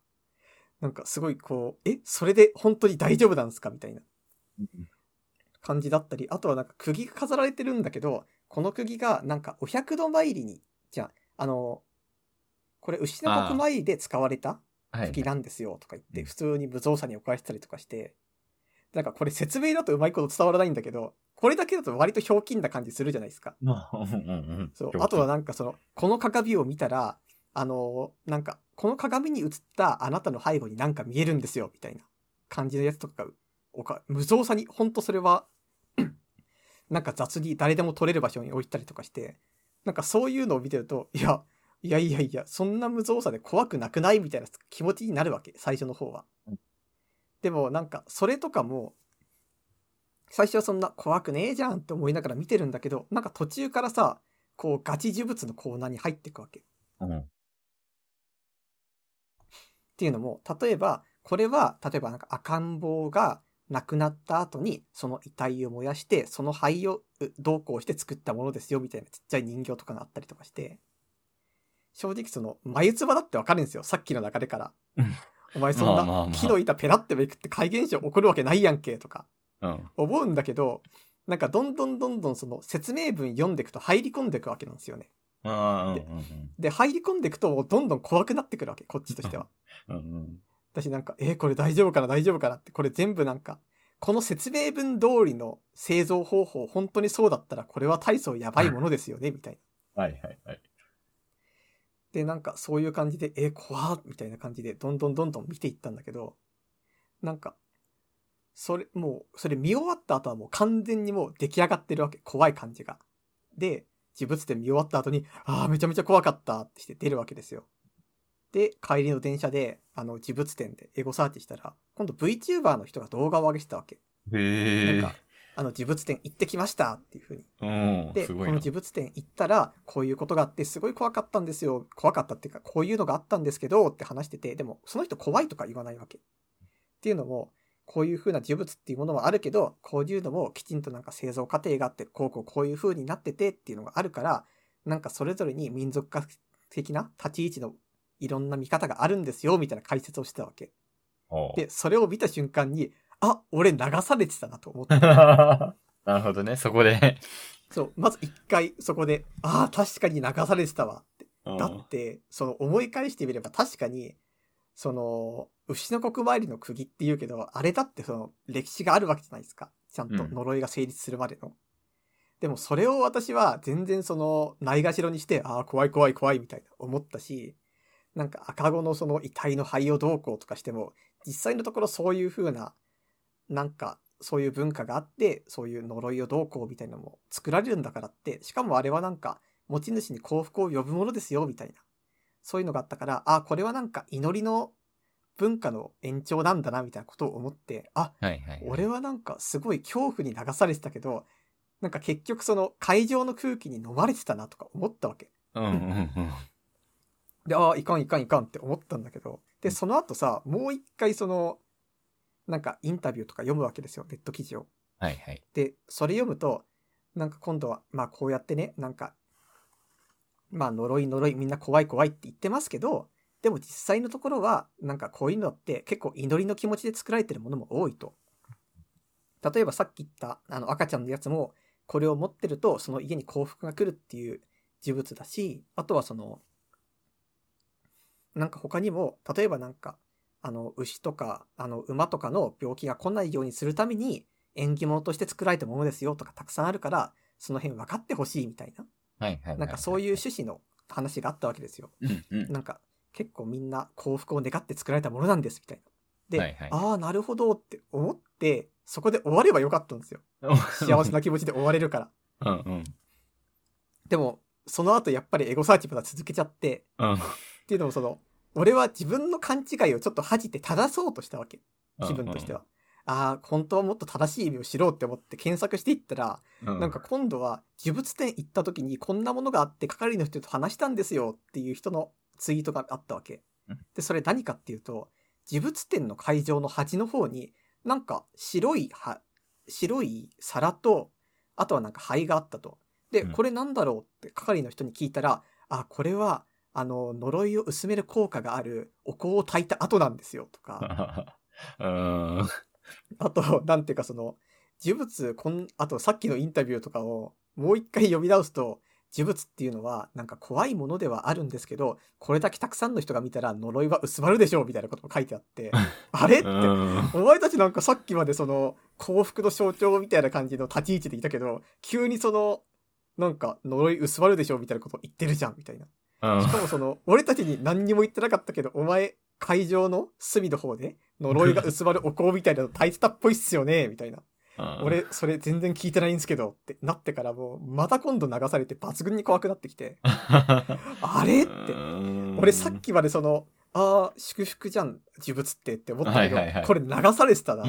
[SPEAKER 1] なんかすごいこう、え、それで本当に大丈夫なんですかみたいな感じだったり、あとはなんか釘が飾られてるんだけど、この釘がなんかお百度参りに、じゃあ、あの、これ牛の国参りで使われた
[SPEAKER 2] は
[SPEAKER 1] 好き
[SPEAKER 2] い。
[SPEAKER 1] なんですよとか言っ
[SPEAKER 2] う
[SPEAKER 1] て、
[SPEAKER 2] ん
[SPEAKER 1] 普通に無造作に置かれてたりとかして、なんかこれ説明だとうまいこと伝わらないんだけど、これだけだと割とひょうきんな感じするじゃないですか。
[SPEAKER 2] まあ、うんうんうん。
[SPEAKER 1] そう
[SPEAKER 2] 了。解
[SPEAKER 1] あとは、なんかその、この鏡を見たら、あのーなんか、この鏡に映ったあなたの背後になんか見えるんですよ、みたいな感じのやつとかが、おか無造作に、ほんとそれは、 <clears throat> なんか雑に誰でも撮れる場所に置いたりとかして、なんかそういうのを見てると、いや、いやいやいや、そんな無造作で怖くなくないみたいな気持ちになるわけ、最初の方は
[SPEAKER 2] うん。
[SPEAKER 1] でもなんか、それとかも、最初はそんな怖くねえじゃんって思いながら見てるんだけど、なんか途中からさ、こうガチ呪物のコーナーに入っていくわけ。っ
[SPEAKER 2] うん。
[SPEAKER 1] ていうのも、例えば、これは、例えばなんか赤ん坊が亡くなった後に、その遺体を燃やして、その灰をうどうこうして作ったものですよ、みたいなちっちゃい人形とかがあったりとかして、正直その、眉唾だってわかるんですよ、さっきの流れから
[SPEAKER 2] うん。
[SPEAKER 1] お前そ
[SPEAKER 2] まあまあ
[SPEAKER 1] ん
[SPEAKER 2] ま
[SPEAKER 1] な
[SPEAKER 2] あ
[SPEAKER 1] 木の板ペラってめくって怪現象起こるわけないやんけ、とか。
[SPEAKER 2] うん。
[SPEAKER 1] 思うんだけど、なんかどんどんどんどんその説明文読んでいくと入り込んでいくわけなんですよね。
[SPEAKER 2] ああ、うんうん
[SPEAKER 1] で、入り込んでいくともうどんどん怖くなってくるわけ、こっちとしては。
[SPEAKER 2] うん。うんうん。
[SPEAKER 1] 私なんか、えーこれ大丈夫かな大丈夫かなって、これ全部なんか、この説明文通りの製造方法、本当にそうだったらこれは大層やばいものですよね、みたいな。
[SPEAKER 2] はいはいはい。
[SPEAKER 1] で、なんかそういう感じで、えー、怖っみたいな感じで、どんどんどんどん見ていったんだけど、なんか、それ、もう、それ見終わった後はもう完全にもう出来上がってるわけ。怖い感じが。で、自物で見終わった後に、ああ、めちゃめちゃ怖かったってして出るわけですよ。で、帰りの電車で、あの、自物店でエゴサーチしたら、今度 VTuber の人が動画を上げてたわけ。
[SPEAKER 2] へえ
[SPEAKER 1] なんか、あの、自物店行ってきましたっていう風に
[SPEAKER 2] うん、
[SPEAKER 1] ですこ
[SPEAKER 2] ご
[SPEAKER 1] の
[SPEAKER 2] いな。
[SPEAKER 1] 呪物展行ったらこういうことがあってすごい怖かったんですよ怖かったっていうかこういうのがあったんですけどって話しててでもその人怖いとか言わないわけっていうのもこういう風な呪物っていうものはあるけどこういうのもきちんとなんか製造過程があってこうこうこういう風になっててっていうのがあるからなんかそれぞれに民族学的な立ち位置のいろんな見方があるんですよみたいな解説をしてたわけ
[SPEAKER 2] おう
[SPEAKER 1] でそれを見た瞬間にあ俺流されてたなと思
[SPEAKER 2] <laughs>
[SPEAKER 1] って
[SPEAKER 2] <laughs> なるほどね、そこで。
[SPEAKER 1] そうまず一回そこでああ確かに流されてたわ
[SPEAKER 2] うん
[SPEAKER 1] だって、その思い返してみれば確かに、その、牛の国参りの釘って言うけど、あれだってその歴史があるわけじゃないですか。ちゃんと
[SPEAKER 2] うん
[SPEAKER 1] 呪いが成立するまでの。でもそれを私は全然その、ないがしろにして、ああ、怖い怖い怖いみたいな思ったし、なんか赤子のその遺体の灰をどうこうとかしても、実際のところそういう風な、なんか、そういう文化があって、そういう呪いをどうこうみたいなのも作られるんだからって、しかもあれはなんか、持ち主に幸福を呼ぶものですよ、みたいな。そういうのがあったから、あ、これはなんか祈りの文化の延長なんだな、みたいなことを思って、あ、
[SPEAKER 2] はいはい。
[SPEAKER 1] 俺はなんかすごい恐怖に流されてたけど、なんか結局その会場の空気に飲まれてたなとか思ったわけ。
[SPEAKER 2] うんうんうん。
[SPEAKER 1] で、ああ、いかんいかんいかんって思ったんだけど、で、その後さ、もう一回その、なんかインタビューとか読むわけですよ、ネット記事を。
[SPEAKER 2] はいはい。
[SPEAKER 1] で、それ読むと、なんか今度は、まあこうやってね、なんか、まあ呪い呪いみんな怖い怖いって言ってますけど、でも実際のところは、なんかこういうのって結構祈りの気持ちで作られてるものも多いと。例えばさっき言ったあの赤ちゃんのやつも、これを持ってるとその家に幸福が来るっていう呪物だし、あとはその、なんか他にも、例えばなんか、あの牛とか、あの馬とかの病気が来ないようにするために、縁起物として作られたものですよとかたくさんあるから、その辺分かってほしいみたいな。
[SPEAKER 2] はいはい。
[SPEAKER 1] なんかそういう趣旨の話があったわけですよ。
[SPEAKER 2] うんうん。
[SPEAKER 1] なんか結構みんな幸福を願って作られたものなんですみたいな。で、
[SPEAKER 2] はいはい
[SPEAKER 1] ああ、なるほどって思って、そこで終わればよかったん
[SPEAKER 2] <laughs>
[SPEAKER 1] ですよ。幸せな気持ちで終われるから。
[SPEAKER 2] うんうん。
[SPEAKER 1] でも、その後やっぱりエゴサーチまだ続けちゃって、
[SPEAKER 2] うん。
[SPEAKER 1] っていうのもその、俺は自分の勘違いをちょっと恥じて正そうとしたわけ。気分としては。ああ、本当はもっと正しい意味を知ろうって思って検索していったら、
[SPEAKER 2] うんうん。
[SPEAKER 1] なんか今度は呪物店行った時にこんなものがあって係の人と話したんですよっていう人のツイートがあったわけ
[SPEAKER 2] うん。
[SPEAKER 1] で、それ何かっていうと、呪物店の会場の端の方に、なんか白いは、白い皿と、あとはなんか灰があったと。で、
[SPEAKER 2] うん
[SPEAKER 1] これなんだろうって係の人に聞いたら、あ、これは、あの、呪いを薄める効果があるお香を炊いた後なんですよと
[SPEAKER 2] <laughs>
[SPEAKER 1] か。
[SPEAKER 2] うん。うん。
[SPEAKER 1] あと、なんていうかその、呪物こん、あとさっきのインタビューとかをもう一回読み直すと、呪物っていうのは、なんか怖いものではあるんですけど、これだけたくさんの人が見たら呪いは薄まるでしょうみたいなことも書いてあ
[SPEAKER 2] <laughs>
[SPEAKER 1] って、あれって、
[SPEAKER 2] うん
[SPEAKER 1] お前たちなんかさっきまでその幸福の象徴みたいな感じの立ち位置でいたけど、急にその、なんか呪い薄まるでしょみたいなことを言ってるじゃんみたいな。しかもその、俺たちに何にも言ってなかったけど、お前、会場の隅の方で呪いが薄まるお香みたいなの炊いてたっぽいっすよねみたいな。
[SPEAKER 2] うん
[SPEAKER 1] 俺、それ全然聞いてないんですけどってなってからもう、また今度流されて抜群に怖くなってきて、あれって。
[SPEAKER 2] うん
[SPEAKER 1] 俺さっきまでその、ああ、祝福じゃん、呪物ってって思ったけど、
[SPEAKER 2] はいはいはい
[SPEAKER 1] これ流されてたな。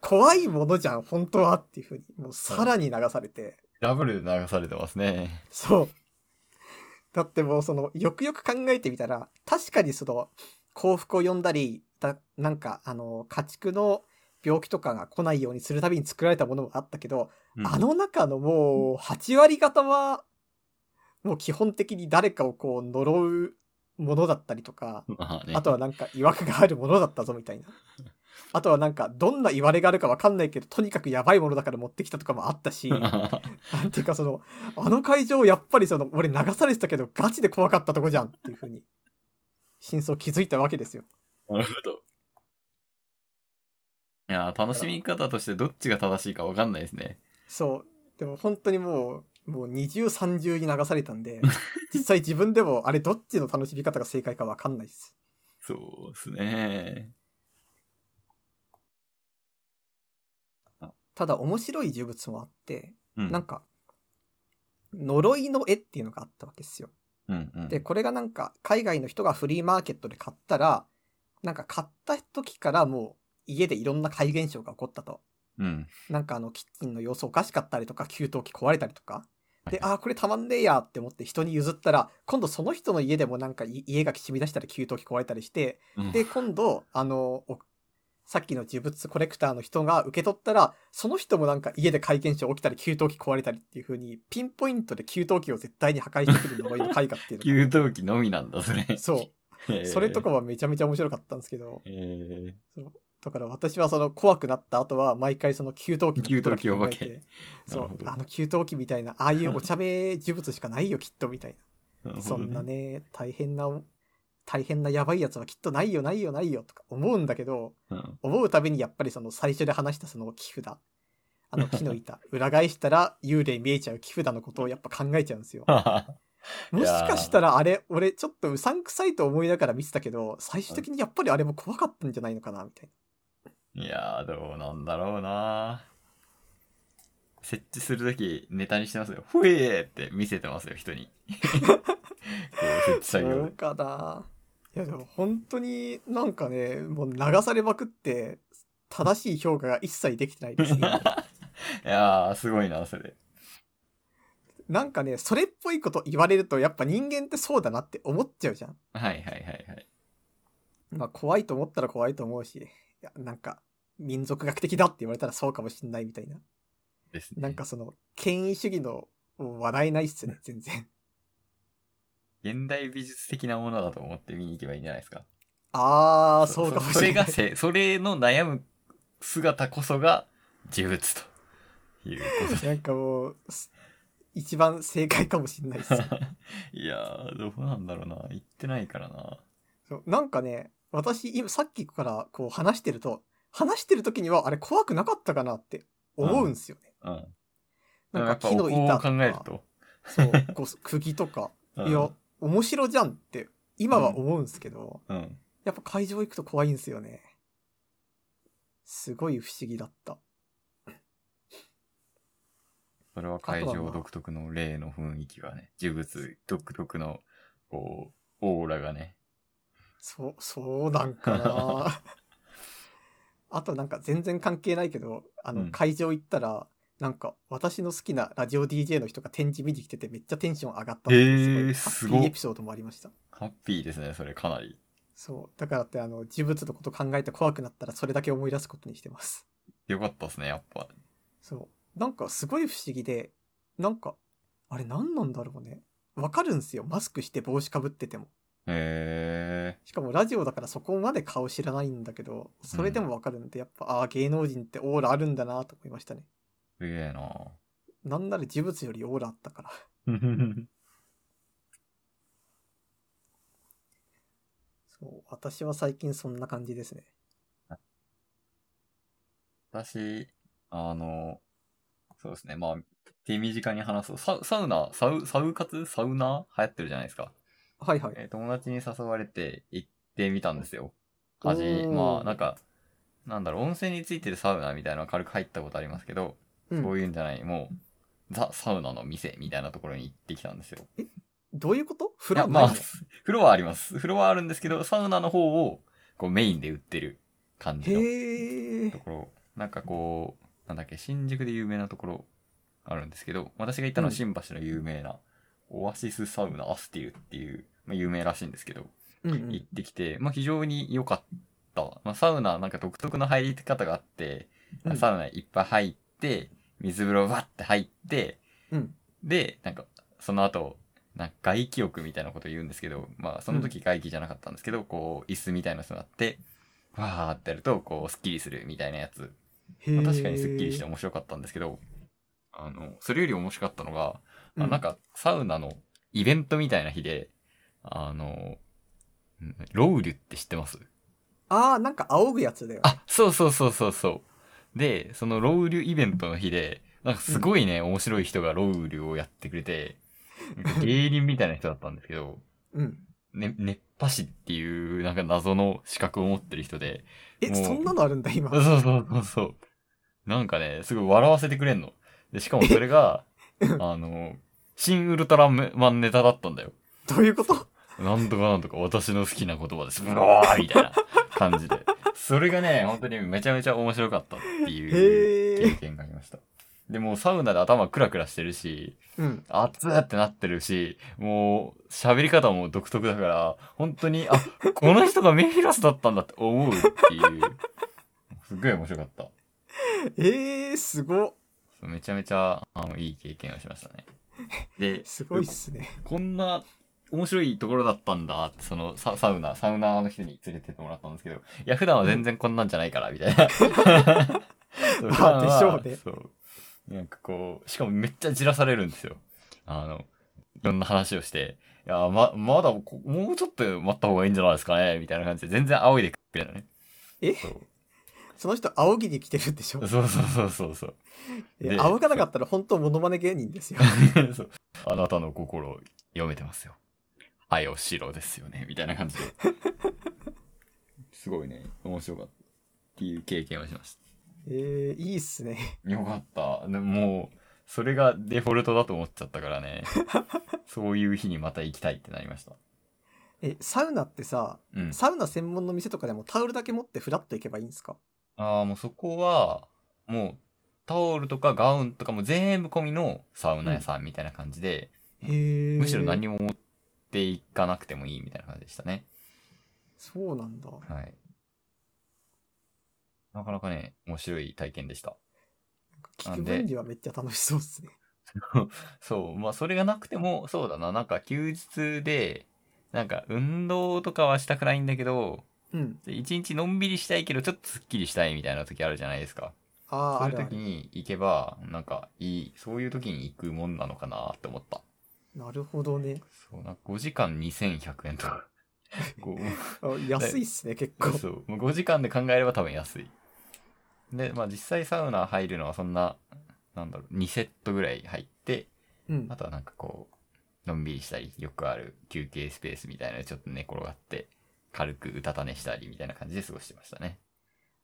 [SPEAKER 1] 怖いものじゃん、本当はっていうふうに、もうさらに流されて、
[SPEAKER 2] ダブルで流されてますね。
[SPEAKER 1] そう。だってもうその、よくよく考えてみたら、確かにその、幸福を呼んだり、だなんか、あの、家畜の病気とかが来ないようにするたびに作られたものもあったけど、
[SPEAKER 2] うん
[SPEAKER 1] あの中のもう、8割方は、もう基本的に誰かをこう、呪うものだったりとか、
[SPEAKER 2] まあね
[SPEAKER 1] あとはなんか曰くがあるものだったぞみたいな。あとはなんかどんな言われがあるかわかんないけど、とにかくやばいものだから持ってきたとかもあった
[SPEAKER 2] <laughs>
[SPEAKER 1] し、なん <laughs> ていうかその、あの会場やっぱりその、俺流されてたけどガチで怖かったとこじゃんっていう風に、真相気づいたわけですよ。
[SPEAKER 2] なるほど。いやー、楽しみ方としてどっちが正しいかわかんないですね。
[SPEAKER 1] そう。でも本当にもう、もう二重三重に流されたん
[SPEAKER 2] <laughs>
[SPEAKER 1] で、実際自分でもあれどっちの楽しみ方が正解かわかんないです。
[SPEAKER 2] そうですね。
[SPEAKER 1] ただ面白い呪物もあって、
[SPEAKER 2] うん。
[SPEAKER 1] なんか、呪いの絵っていうのがあったわけですよ。
[SPEAKER 2] うんうん、
[SPEAKER 1] で、これがなんか、海外の人がフリーマーケットで買ったら、なんか買った時からもう、家でいろんな怪現象が起こったと。
[SPEAKER 2] うん。
[SPEAKER 1] なんかあの、キッチンの様子おかしかったりとか、給湯器壊れたりとか。で、
[SPEAKER 2] はい
[SPEAKER 1] ああ、これたまんねえやって思って人に譲ったら、今度その人の家でもなんかい家がきしみ出したり給湯器壊れたりして、
[SPEAKER 2] うん
[SPEAKER 1] で、今度、あの、おさっきの呪物コレクターの人が受け取ったら、その人もなんか家で怪現象起きたり給湯器壊れたりっていう風に、ピンポイントで給湯器を絶対に破壊してくる呪
[SPEAKER 2] <laughs>
[SPEAKER 1] いの絵画っていうのが
[SPEAKER 2] 給湯器のみなんだ、それ。
[SPEAKER 1] そう。
[SPEAKER 2] へー
[SPEAKER 1] それとかはめちゃめちゃ面白かったんですけど、
[SPEAKER 2] えー
[SPEAKER 1] だから私はその怖くなった後は毎回その給湯器のことだけ
[SPEAKER 2] 給湯器お化
[SPEAKER 1] 考え
[SPEAKER 2] け
[SPEAKER 1] て、そ
[SPEAKER 2] な
[SPEAKER 1] う
[SPEAKER 2] るほ、ど
[SPEAKER 1] あの給湯器みたいな、ああいうお茶目呪物しかないよきっとみたい
[SPEAKER 2] なる
[SPEAKER 1] な。
[SPEAKER 2] ほ
[SPEAKER 1] そ
[SPEAKER 2] どね
[SPEAKER 1] んなね、大変な、大変なやばいやつはきっとないよないよないよとか思うんだけど、
[SPEAKER 2] うん <laughs>
[SPEAKER 1] 思うたびにやっぱりその最初で話したその木札、あの木の
[SPEAKER 2] <laughs>
[SPEAKER 1] 板、裏返したら幽霊見えちゃう木札のことをやっぱ考えちゃうんですよ。もしかしたらあれ、俺ちょっとうさんくさいと思いながら見てたけど、最終的にやっぱりあれも怖かったんじゃないのかな、みたい
[SPEAKER 2] いやー、どうなんだろうな設置するとき、ネタにしてますよ。ほえーって見せてますよ、人
[SPEAKER 1] <laughs>
[SPEAKER 2] に。こう設
[SPEAKER 1] な。
[SPEAKER 2] 置作業
[SPEAKER 1] そう
[SPEAKER 2] で。
[SPEAKER 1] かな。いやでも本当になんかね、もう流されまくって、正しい評価が一切できてないです <laughs> ね。
[SPEAKER 2] いやー、すごいな、それ。
[SPEAKER 1] なんかね、それっぽいこと言われると、やっぱ人間ってそうだなって思っちゃうじゃん。
[SPEAKER 2] はいはいはいはい。
[SPEAKER 1] まあ怖いと思ったら怖いと思うし、いやなんか民族学的だって言われたらそうかもしんないみたいな。
[SPEAKER 2] ですね。
[SPEAKER 1] なんかその、権威主義の笑えないっすね、全然。
[SPEAKER 2] 現代美術的なものだと思って見に行けばいいんじゃないですか。
[SPEAKER 1] あー、そうかもしれない。
[SPEAKER 2] そそれがせ、それの悩む姿こそが、呪物ということ
[SPEAKER 1] なんかもう、す一番正解かもしんないっ <laughs> す。
[SPEAKER 2] で。いやー、どうなんだろうな。行ってないからな。
[SPEAKER 1] そうなんかね、私、今、さっきからこう話してると、話してる時には、あれ怖くなかったかなって思うんすよね。
[SPEAKER 2] うん。
[SPEAKER 1] なん
[SPEAKER 2] や
[SPEAKER 1] か
[SPEAKER 2] っぱ
[SPEAKER 1] 木の板
[SPEAKER 2] お
[SPEAKER 1] とか、
[SPEAKER 2] 香を考えると。
[SPEAKER 1] そう、こう <laughs> 釘とか、
[SPEAKER 2] うん
[SPEAKER 1] いや、面白じゃんって、今は思うんすけど、
[SPEAKER 2] うん。
[SPEAKER 1] やっぱ会場行くと怖いんすよね。すごい不思議だった。
[SPEAKER 2] それは会場独特の霊の雰囲気がね、呪物独特の、こう、オーラがね。
[SPEAKER 1] そう、 <laughs> そうなんかな。 <laughs> あとなんか全然関係ないけど、あ
[SPEAKER 2] う
[SPEAKER 1] の
[SPEAKER 2] ん
[SPEAKER 1] 会場行ったら、なんか私の好きなラジオ DJ の人が展示見に来ててめっちゃテンション上がったってい
[SPEAKER 2] へー
[SPEAKER 1] うすごいハッピ
[SPEAKER 2] すごっ
[SPEAKER 1] ーエピソードもありました。
[SPEAKER 2] ハッピーですね、それかなり。
[SPEAKER 1] そう。だからってあの、呪物のこと考えて怖くなったらそれだけ思い出すことにしてます。
[SPEAKER 2] よかったですね、やっぱ。
[SPEAKER 1] そう。なんかすごい不思議で、なんか、あれ何なんだろうね。わかるんすよ。マスクして帽子かぶってても。
[SPEAKER 2] へ
[SPEAKER 1] しかもラジオだからそこまで顔知らないんだけど、それでもわかるんで、やっぱ、ああ、芸能人ってオーラあるんだなと思いましたね。
[SPEAKER 2] えー、すげえな
[SPEAKER 1] なんなら呪物よりオーラあったから。 <laughs> そう、私は最近そんな感じですね。
[SPEAKER 2] 私、あの、そうですね、まあ、手短に話すと、ササウナ、サウ、サウ活サウナー流行ってるじゃないですか。
[SPEAKER 1] はいはい。
[SPEAKER 2] えー友達に誘われて行ってみたんですよ。味
[SPEAKER 1] おー
[SPEAKER 2] まあ、なんか、なんだろう、温泉についてるサウナみたいなのは軽く入ったことありますけど、
[SPEAKER 1] うん
[SPEAKER 2] そういうんじゃない、もう、ザ・サウナの店みたいなところに行ってきたんですよ。
[SPEAKER 1] どういうこと
[SPEAKER 2] い
[SPEAKER 1] フラ
[SPEAKER 2] や、
[SPEAKER 1] ン
[SPEAKER 2] まあ、風呂はあります。風呂はあるんですけど、サウナの方を、こう、メインで売ってる感じの
[SPEAKER 1] へえ
[SPEAKER 2] と。ころ、なんかこう、なんだっけ、新宿で有名なところあるんですけど、私が行ったのは新橋の有名な、オアシスサウナアスティルっていう、まあ、有名らしいんですけど、
[SPEAKER 1] うんう
[SPEAKER 2] 行っ
[SPEAKER 1] ん。
[SPEAKER 2] てきて、まあ非常に良かった。まあサウナなんか独特の入り方があって、
[SPEAKER 1] うん
[SPEAKER 2] サウナいっぱい入って、水風呂バッて入って、
[SPEAKER 1] うん。
[SPEAKER 2] で、なんかその後、なんか外気浴みたいなこと言うんですけど、まあその時外気じゃなかったんですけど、こう椅子みたいなのがあって、わーってやると、こう、スッキリするみたいなやつ。
[SPEAKER 1] へ
[SPEAKER 2] ま
[SPEAKER 1] え。
[SPEAKER 2] あ確かにスッキリして面白かったんですけど、あの、それより面白かったのが、
[SPEAKER 1] う
[SPEAKER 2] あなん、か、サウナのイベントみたいな日で、あの、うんロウリュって知ってます
[SPEAKER 1] ああ、なんか仰ぐやつだよ。
[SPEAKER 2] あ、そうそうそうそうそう。で、そのロウリュイベントの日で、なんかすごいね、面白い人がロウリュをやってくれて、なんか芸人みたいな人だったんですけど、
[SPEAKER 1] うん。
[SPEAKER 2] ね、熱波師っていう、なんか謎の資格を持ってる人で、
[SPEAKER 1] え、
[SPEAKER 2] もう
[SPEAKER 1] そんなのあるんだ、今。
[SPEAKER 2] そうそうそうそう。なんかね、すごい笑わせてくれんの。で、しかもそれが、あの、新ウルトラマンネタだったんだよ。
[SPEAKER 1] どういうこと
[SPEAKER 2] なんとかなんとか私の好きな言葉です。うわーみたいな感じで。それがね、本当にめちゃめちゃ面白かったってい
[SPEAKER 1] へー
[SPEAKER 2] う経験がありました。で、もうサウナで頭クラクラしてるし、
[SPEAKER 1] うん。
[SPEAKER 2] 熱ーってなってるし、もう喋り方も独特だから、本当に、あ、この人がメンヒラスだったんだって思うっていう。すっごい面白かった。
[SPEAKER 1] ええー、すご。
[SPEAKER 2] めちゃめちゃ、あの、いい経験をし
[SPEAKER 1] <laughs>
[SPEAKER 2] ましたね。で、
[SPEAKER 1] すごいっすね。
[SPEAKER 2] こんな面白いところだったんだって、そのササウナ、サウナーの人に連れてってもらったんですけど、いや、普段は全然こんなんじゃないから、みたいな。 <laughs> そう普段は
[SPEAKER 1] でしょうね
[SPEAKER 2] そう。なんかこう、しかもめっちゃじらされるんですよ。あの、いろんな話をして、いや、ま、まだこ、もうちょっと待った方がいいんじゃないですかね、みたいな感じで、全然仰いでくれるのね。
[SPEAKER 1] え
[SPEAKER 2] そう
[SPEAKER 1] その人、仰ぎに来てるんでしょ
[SPEAKER 2] そうそうそうそうそう。
[SPEAKER 1] え
[SPEAKER 2] で
[SPEAKER 1] 仰がなかったら本当モノマネ芸人ですよ。
[SPEAKER 2] <laughs> そう。あなたの心を読めてますよ。愛をしろですよね、みたいな感じで。すごいね、面白かった。っていう経験をしまし
[SPEAKER 1] ええー、いいっす
[SPEAKER 2] <laughs>
[SPEAKER 1] ね。
[SPEAKER 2] た。よかった。でもう、それがデフォルトだと思っちゃったから <laughs> ね。そういう日にまた行きたいってなりました。
[SPEAKER 1] え、サウナってさ、
[SPEAKER 2] うん。
[SPEAKER 1] サウナ専門の店とかでもタオルだけ持ってフラッと行けばいいんですか
[SPEAKER 2] ああ、もうそこは、もう、タオルとかガウンとかも全部込みのサウナ屋さんみたいな感じで、
[SPEAKER 1] へえ。
[SPEAKER 2] むしろ何
[SPEAKER 1] も。
[SPEAKER 2] も持っていかなくてもいいみたいな感じでしたね。
[SPEAKER 1] そうなんだ。
[SPEAKER 2] はい。なかなかね、面白い体験でした。
[SPEAKER 1] 聞く分にはめっちゃ楽しそうっすね。
[SPEAKER 2] そう、まあそれがなくても、そうだな、なんか休日で、なんか運動とかはしたくないんだけど、
[SPEAKER 1] うん。
[SPEAKER 2] 一日のんびりしたいけど、ちょっとすっきりしたいみたいな時あるじゃないですか。
[SPEAKER 1] ああ、
[SPEAKER 2] そ
[SPEAKER 1] あ
[SPEAKER 2] ういう
[SPEAKER 1] るある
[SPEAKER 2] 時。に行けば、なんかいい、そういう時に行くもんなのかなって思った。
[SPEAKER 1] なるほどね。
[SPEAKER 2] そう、なんか5時間2100円
[SPEAKER 1] <laughs>
[SPEAKER 2] とか。こう
[SPEAKER 1] あ安いっすね、結構。
[SPEAKER 2] そう。もう5時間で考えれば多分安い。で、まあ実際サウナ入るのはそんな、なんだろう、2セットぐらい入って、
[SPEAKER 1] うん
[SPEAKER 2] あ。とはなんかこう、のんびりしたり、よくある休憩スペースみたいなのでちょっと寝転がって、軽くうたた寝したりみたいな感じで過ごしてましたね。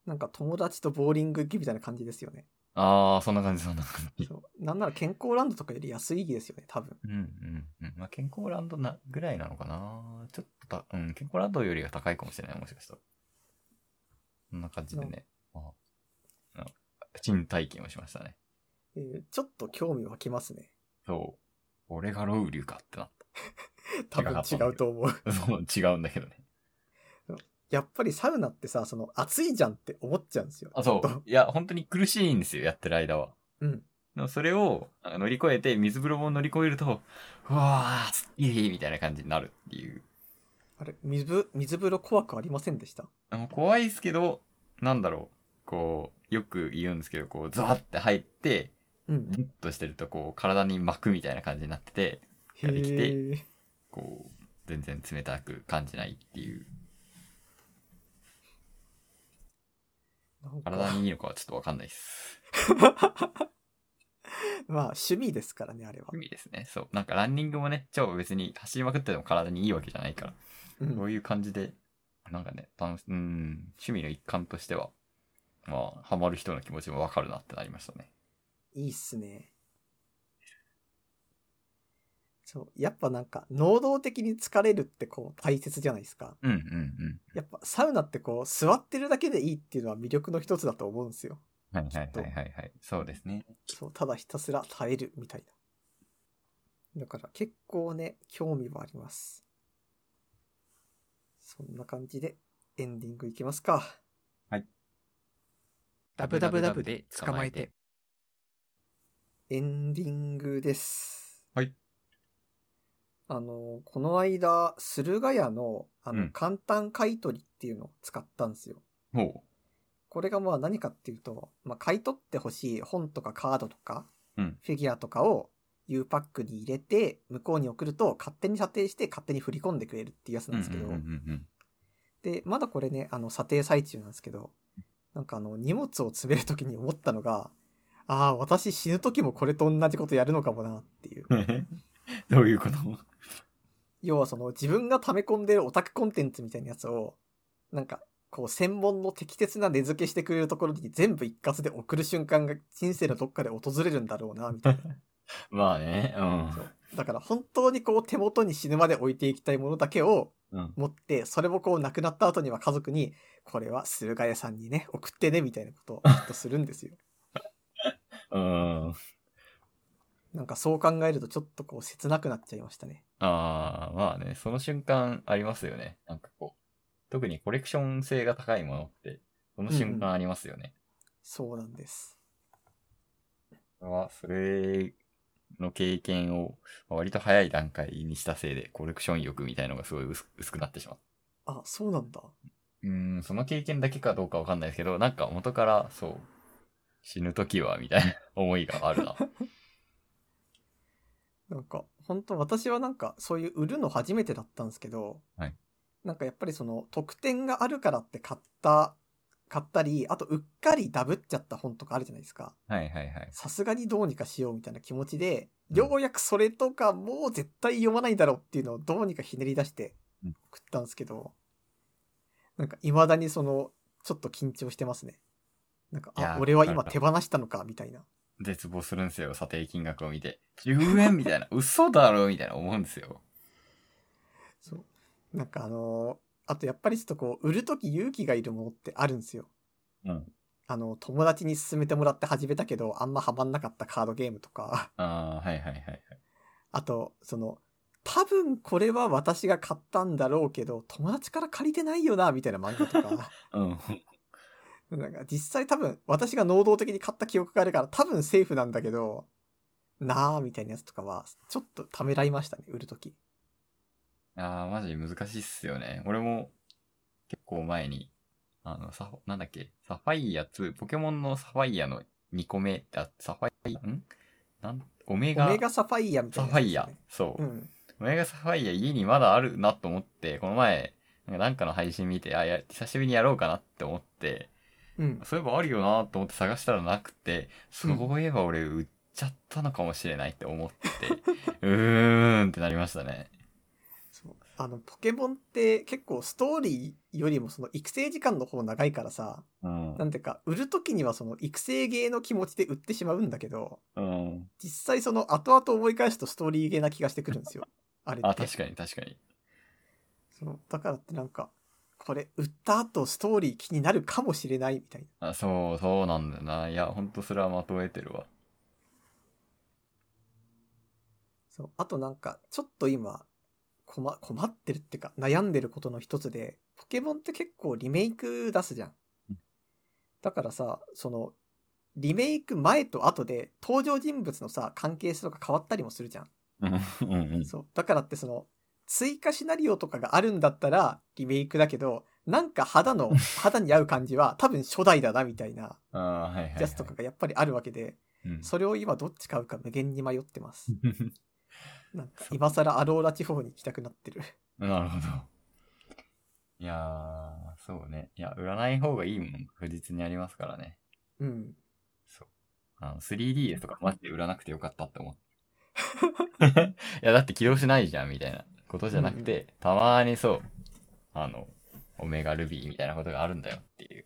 [SPEAKER 1] なんか友達とボーリング行きみたいな感じですよね。
[SPEAKER 2] あー、そんな感じ、そんな感じ。
[SPEAKER 1] そうなんなら健康ランドとかより安いですよね、多分。
[SPEAKER 2] うんうんうん。まあ健康ランドな、ぐらいなのかなちょっとた、うん、健康ランドよりは高いかもしれない、もしかしたら。そんな感じでね、まあ、なんか新体験をしましたね。
[SPEAKER 1] えーちょっと興味湧きます
[SPEAKER 2] <laughs>
[SPEAKER 1] ね。
[SPEAKER 2] そう。俺がロウリュかってなっ
[SPEAKER 1] 多分違うと思う。
[SPEAKER 2] た。そう、違うんだけどね。
[SPEAKER 1] やっぱりサウナってさ、その暑いじゃんって思っちゃうんですよ。
[SPEAKER 2] あ、そ
[SPEAKER 1] ちょっと
[SPEAKER 2] う。いや、本当に苦しいんですよ、やってる間は。
[SPEAKER 1] うん。
[SPEAKER 2] でもそれをあの乗り越えて、水風呂も乗り越えると、うわー、すっきりみたいな感じになるっていう。
[SPEAKER 1] あれ、水、水風呂怖くありませんでした
[SPEAKER 2] あの怖いですけど、なんだろう。こう、よく言うんですけど、こう、ザーって入って、
[SPEAKER 1] うん
[SPEAKER 2] じ。っとしてるとこう体に巻くみたいな感じになってて
[SPEAKER 1] へ
[SPEAKER 2] できて
[SPEAKER 1] ー
[SPEAKER 2] こう全然冷たく感じないっていう
[SPEAKER 1] なんか
[SPEAKER 2] 体にいいのかはちょっとわかんないです
[SPEAKER 1] まあ、趣味ですからね、あれは。
[SPEAKER 2] 意味ですねそうなんかランニングもね超別に走りまくってても体にいいわけじゃないから
[SPEAKER 1] うん
[SPEAKER 2] こういう感じでなんかね楽しうん趣味の一環としてはまあハマる人の気持ちもわかるなってなりましたね
[SPEAKER 1] いいっすね。そう。やっぱなんか、能動的に疲れるってこう、大切じゃないですか。
[SPEAKER 2] うんうんうん
[SPEAKER 1] やっぱ、サウナってこう、座ってるだけでいいっていうのは魅力の一つだと思うんですよ。
[SPEAKER 2] はいはいはいはいはいそうですね
[SPEAKER 1] そう、ただひたすら耐えるみたいな。だから結構ね、興味はあります。そんな感じで、エンディングいきますか。
[SPEAKER 3] ダブダブダブで捕まえて。
[SPEAKER 1] エンディングです。
[SPEAKER 2] はい。
[SPEAKER 1] あの、この間、駿河屋の、あ
[SPEAKER 2] う
[SPEAKER 1] の
[SPEAKER 2] ん、
[SPEAKER 1] 簡単買い取りっていうのを使ったんですよ。
[SPEAKER 2] ほ
[SPEAKER 1] これがまあ何かっていうと、まあ、買い取ってほしい本とかカードとか、
[SPEAKER 2] うん
[SPEAKER 1] フィギュアとかを U パックに入れて、向こうに送ると勝手に査定して勝手に振り込んでくれるっていうやつ
[SPEAKER 2] う
[SPEAKER 1] なんですけど、
[SPEAKER 2] うんうんうんうん
[SPEAKER 1] で、まだこれね、あの、査定最中なんですけど、なんかあの、荷物を詰めるときに思ったのが、ああ、私死ぬときもこれと同じことやるのかもなっていう。
[SPEAKER 2] <laughs> どういうこと <laughs>
[SPEAKER 1] 要はその自分が溜め込んでるオタクコンテンツみたいなやつを、なんか、こう専門の適切な値付けしてくれるところに全部一括で送る瞬間が人生のどっかで訪れるんだろうな、みたいな。
[SPEAKER 2] まあね、
[SPEAKER 1] そうだから本当にこう手元に死ぬまで置いていきたいものだけを
[SPEAKER 2] うん。うん。
[SPEAKER 1] 持って、それもこう亡くなった後には家族に、これは駿河屋さんにね、送ってね、みたいな
[SPEAKER 2] <laughs>
[SPEAKER 1] ことをきっとするんですよ。
[SPEAKER 2] うん。
[SPEAKER 1] なんかそう考えるとちょっとこう切なくなっちゃいましたね。
[SPEAKER 2] ああ、まあね、その瞬間ありますよね。なんかこう、特にコレクション性が高いものって、その瞬間ありますよね。
[SPEAKER 1] そうなんです。
[SPEAKER 2] これは、それの経験を割と早い段階にしたせいで、コレクション欲みたいのがすごい薄く薄くなってしまう。
[SPEAKER 1] あ、そうなんだ。
[SPEAKER 2] うーん、その経験だけかどうかわかんないですけど、なんか元から、そう、死ぬ時は、みたいな思いがある <laughs> な。
[SPEAKER 1] なんか、本当私はなんか、そういう売るの初めてだったんですけど、
[SPEAKER 2] はい
[SPEAKER 1] なんかやっぱりその、特典があるからって買った、買ったり、あと、うっかりダブっちゃった本とかあるじゃないですか。
[SPEAKER 2] はいはいはい。
[SPEAKER 1] さすがにどうにかしようみたいな気持ちで、
[SPEAKER 2] うん
[SPEAKER 1] ようやくそれとかもう絶対読まないだろうっていうのをどうにかひねり出して
[SPEAKER 2] うん
[SPEAKER 1] 送ったんですけど、なんか未だにその、ちょっと緊張してますね。なんか、
[SPEAKER 2] いや
[SPEAKER 1] あ、
[SPEAKER 2] ー
[SPEAKER 1] 俺は
[SPEAKER 2] わ
[SPEAKER 1] 今
[SPEAKER 2] か
[SPEAKER 1] 手
[SPEAKER 2] る
[SPEAKER 1] 放したのか、みたいな。
[SPEAKER 2] 絶望するんですよ、査定金額を見 <laughs> て。10円みたいな、嘘だろみたいな思うんですよ。
[SPEAKER 1] そう。なんかあのーあとやっぱりちょっとこう、売るとき勇気がいるものってあるんですよ。
[SPEAKER 2] うん。
[SPEAKER 1] あの、友達に勧めてもらって始めたけど、あんまハマんなかったカードゲームとか、
[SPEAKER 2] ああ、はいはいはいはい。
[SPEAKER 1] あと、その、多分これは私が買ったんだろうけど、友達から借りてないよな、みたいな漫画と
[SPEAKER 2] <laughs>
[SPEAKER 1] か、
[SPEAKER 2] うん。
[SPEAKER 1] なんか実際多分私が能動的に買った記憶があるから多分セーフなんだけど、なあみたいなやつとかは、ちょっとためらいましたね、売るとき。
[SPEAKER 2] ああ、マジ難しいっすよね。俺も結構前に、あの、サフ、なんだっけ、サファイア2、ポケモンのサファイアの2個目、あ、サファイア、んなん、オメガ、
[SPEAKER 1] オメガサファイアみた
[SPEAKER 2] サ
[SPEAKER 1] い
[SPEAKER 2] フ
[SPEAKER 1] な
[SPEAKER 2] ァ
[SPEAKER 1] やつです
[SPEAKER 2] イア
[SPEAKER 1] ね、。
[SPEAKER 2] そう。
[SPEAKER 1] うん。
[SPEAKER 2] オメガサファイア家にまだあるなと思って、この前、なんかなんかの配信見て、あ、や、久しぶりにやろうかなって思って、
[SPEAKER 1] うん。
[SPEAKER 2] そういえばあるよなと思って探したらなくて、そういえば俺売っちゃったのかもしれないって
[SPEAKER 1] <laughs>
[SPEAKER 2] 思って、うーんってなりましたね。
[SPEAKER 1] そうあの、ポケモンって結構ストーリーよりもその育成時間の方長いからさ、
[SPEAKER 2] うん。
[SPEAKER 1] なんていうか、売る時にはその育成ゲーの気持ちで売ってしまうんだけど、
[SPEAKER 2] うん。
[SPEAKER 1] 実際その後々思い返すとストーリーゲーな気がしてくるん
[SPEAKER 2] <laughs>
[SPEAKER 1] ですよ。あれって。
[SPEAKER 2] あ、確かに確かに。
[SPEAKER 1] そうだからってなんか、これ売った後ストーリー気になるかもしれないみたいな。
[SPEAKER 2] あ、そう、そうなんだよな。いや、ほんとそれはまとえてるわ。
[SPEAKER 1] そう。あとなんか、ちょっと今、困、困ってるっていうか、悩んでることの一つで、ポケモンって結構リメイク出すじゃん
[SPEAKER 2] うん。
[SPEAKER 1] だからさ、その、リメイク前と後で登場人物のさ、関係性とか変わったりもするじゃん。
[SPEAKER 2] うん、うん、
[SPEAKER 1] そう。だからってその、追加シナリオとかがあるんだったらリメイクだけど、なんか肌の、肌に合う感じは多分初代だなみたいな
[SPEAKER 2] あーはいはい、はい。
[SPEAKER 1] やつとかがやっぱりあるわけで、
[SPEAKER 2] うん
[SPEAKER 1] それを今どっち買うか無限に迷って
[SPEAKER 2] <laughs>
[SPEAKER 1] ます。なんか
[SPEAKER 2] そう
[SPEAKER 1] 今更アローラ地方に行きたくなってる。
[SPEAKER 2] なるほど。いやー、そうね。いや、売らない方がいいもん、確実にありますからね。
[SPEAKER 1] うん。
[SPEAKER 2] そう。あの、3DS とかマジで売らなくてよかったって <laughs> 思った。いや、だって起動しないじゃん、みたいなことじゃなくて、たまにそう、あの、オメガルビーみたいなことがあるんだよっていう。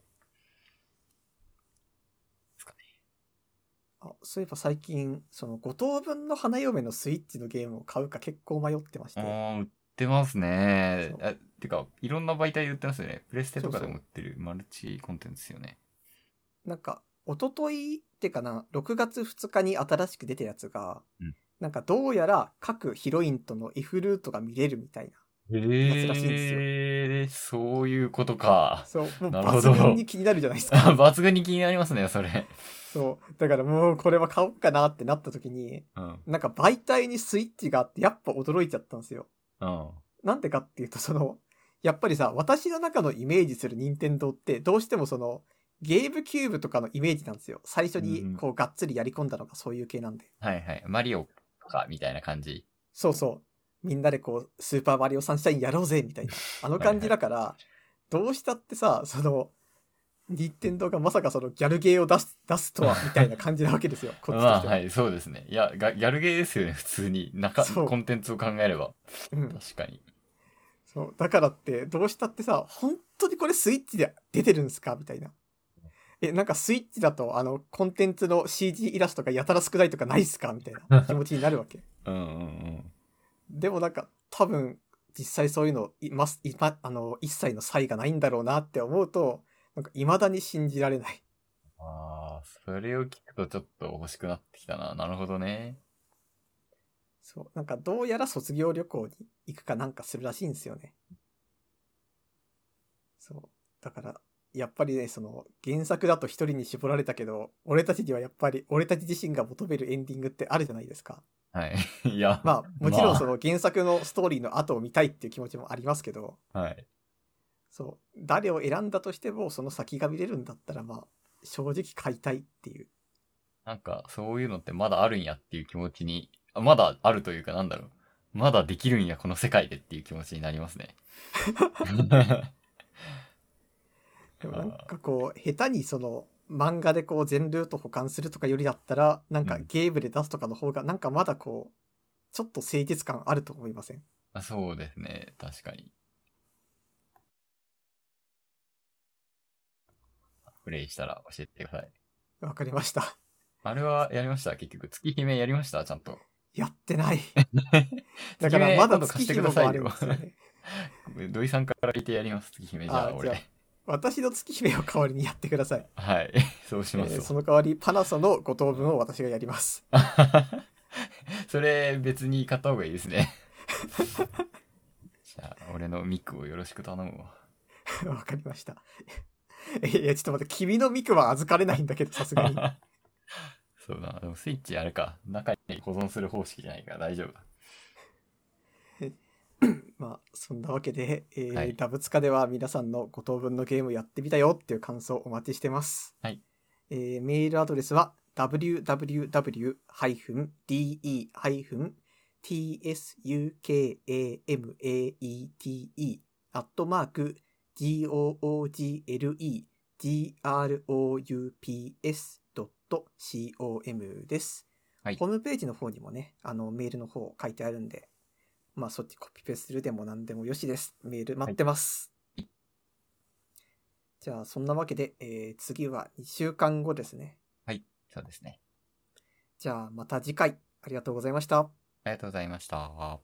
[SPEAKER 1] あそういえば最近、その5等分の花嫁のスイッチのゲームを買うか結構迷ってまし
[SPEAKER 2] あ
[SPEAKER 1] て。
[SPEAKER 2] ー、売ってますね。
[SPEAKER 1] そ
[SPEAKER 2] あてか、いろんな媒体で売ってますよね。プレステとかでも売
[SPEAKER 1] そう
[SPEAKER 2] ってるマルチコンテンツですよね。
[SPEAKER 1] なんか、おとといってかな、6月2日に新しく出たやつが、
[SPEAKER 2] うん
[SPEAKER 1] なんかどうやら各ヒロインとの F ルートが見れるみたい
[SPEAKER 2] へ
[SPEAKER 1] らしいんですよ
[SPEAKER 2] えー、そういうことか <laughs>
[SPEAKER 1] な。。そう、もう
[SPEAKER 2] なるほど
[SPEAKER 1] 抜群に気になるじゃないです
[SPEAKER 2] あ <laughs>
[SPEAKER 1] か。
[SPEAKER 2] 抜群に気になりますね、それ。
[SPEAKER 1] そう。だからもうこれは買おうかなってなった時に、
[SPEAKER 2] うん。
[SPEAKER 1] なんか媒体にスイッチがあってやっぱ驚いちゃったんですよ。
[SPEAKER 2] うん。
[SPEAKER 1] なんでかっていうと、その、やっぱりさ、私の中のイメージする任天堂って、どうしてもその、ゲームキューブとかのイメージなんですよ。最初
[SPEAKER 2] うんうん
[SPEAKER 1] に、こう、がっつりやり込んだのがそういう系なんで。
[SPEAKER 2] はいはい。マリオとか、みたいな感じ。
[SPEAKER 1] そうそう。みんなでこう、スーパーマリオサンシャインやろうぜみたい
[SPEAKER 2] <laughs>
[SPEAKER 1] な、あの感じだから、どうしたってさ、その、任天堂がまさかそのギャルゲーを出す、出すとは、みたいな感じなわけ
[SPEAKER 2] <laughs>
[SPEAKER 1] ですよ。こっちと
[SPEAKER 2] ま
[SPEAKER 1] し
[SPEAKER 2] あ
[SPEAKER 1] ては。
[SPEAKER 2] はい、そうですね。いや、がギャルゲーですよね、普通に。中、
[SPEAKER 1] そう
[SPEAKER 2] コンテンツを考えれば。
[SPEAKER 1] うん。
[SPEAKER 2] 確かに。
[SPEAKER 1] そう。だからって、どうしたってさ、本当にこれスイッチで出てるんですかみたいな。え、なんかスイッチだと、あの、コンテンツの CG イラストがやたら少ないとかないっすかみたいな気持ちになるわけ。
[SPEAKER 2] うんうんうん。
[SPEAKER 1] でもなんか、多分、実際そういうの、います、今、あの、一切の差異がないんだろうなって思うと、なんか、未だに信じられない。
[SPEAKER 2] ああ、それを聞くとちょっと欲しくなってきたな。なるほどね。
[SPEAKER 1] そう。なんか、どうやら卒業旅行に行くかなんかするらしいんですよね。そう。だから、やっぱりね、その、原作だと一人に絞られたけど、俺たちにはやっぱり、俺たち自身が求めるエンディングってあるじゃないですか。
[SPEAKER 2] はい。 <laughs> いや、
[SPEAKER 1] まあ、もちろんそ
[SPEAKER 2] の、
[SPEAKER 1] の原作のストーリーの後を見たいっていう気持ちもありますけど、
[SPEAKER 2] はい。
[SPEAKER 1] そう。誰を選んだとしても、その先が見れるんだったら、まあ、正直買いたいっていう。
[SPEAKER 2] なんか、そういうのってまだあるんやっていう気持ちに、あまだあるというか、なんだろう。まだできるんや、この世界でっていう気持ちになります
[SPEAKER 1] <laughs>
[SPEAKER 2] ね。
[SPEAKER 1] でもなんかこう、下手にその、漫画でこう全ルート保管するとかよりだったら、なんか
[SPEAKER 2] うん
[SPEAKER 1] ゲームで出すとかの方が、なんかまだこう、ちょっと清潔感あると思いません。
[SPEAKER 2] あそうですね、確かに。プレイしたら教えてください。
[SPEAKER 1] わかりました。 <laughs>
[SPEAKER 2] あれはやりました結局、月姫やりましたちゃんと。
[SPEAKER 1] やって
[SPEAKER 2] <laughs>
[SPEAKER 1] ない。だからまだ月日もあるんですよね。
[SPEAKER 2] 土井さんから聞いてやります、月姫。じゃあ
[SPEAKER 1] あ
[SPEAKER 2] 俺。
[SPEAKER 1] じゃ私の月姫を代わりにやってください。
[SPEAKER 2] はい。 <laughs> そうし
[SPEAKER 1] え
[SPEAKER 2] ます
[SPEAKER 1] ー
[SPEAKER 2] わ。
[SPEAKER 1] その代わり、パナソのご当分を私がやります。
[SPEAKER 2] それ、別に買った方がいいです
[SPEAKER 1] <laughs>
[SPEAKER 2] ね。じゃあ、俺のミクをよろしく頼むわ。
[SPEAKER 1] わかりました。 <laughs> いやいや、ちょっと待って、君のミクは預かれないんだけど、さすがに。
[SPEAKER 2] <laughs> そうだな。でもスイッチあれか。中に保存する方式じゃないから大丈夫だ。
[SPEAKER 1] まあ、そんなわけで、えー
[SPEAKER 2] はい
[SPEAKER 1] ダブツカでは皆さんのご当分のゲームやってみたよっていう感想をお待ちしてます。
[SPEAKER 2] はい
[SPEAKER 1] えーメールアドレスは www-de-tsukamaete アットマーク googlegroups.com です。
[SPEAKER 2] はい
[SPEAKER 1] ホームページの方にもね、あのメールの方書いてあるんで、まあそっちコピペするでも何でもよしです。メール待ってます。
[SPEAKER 2] はい
[SPEAKER 1] じゃあそんなわけで、えー次は2週間後ですね。
[SPEAKER 2] そうですね。
[SPEAKER 1] じゃあまた次回ありがとうございました。
[SPEAKER 2] ありがとうございました。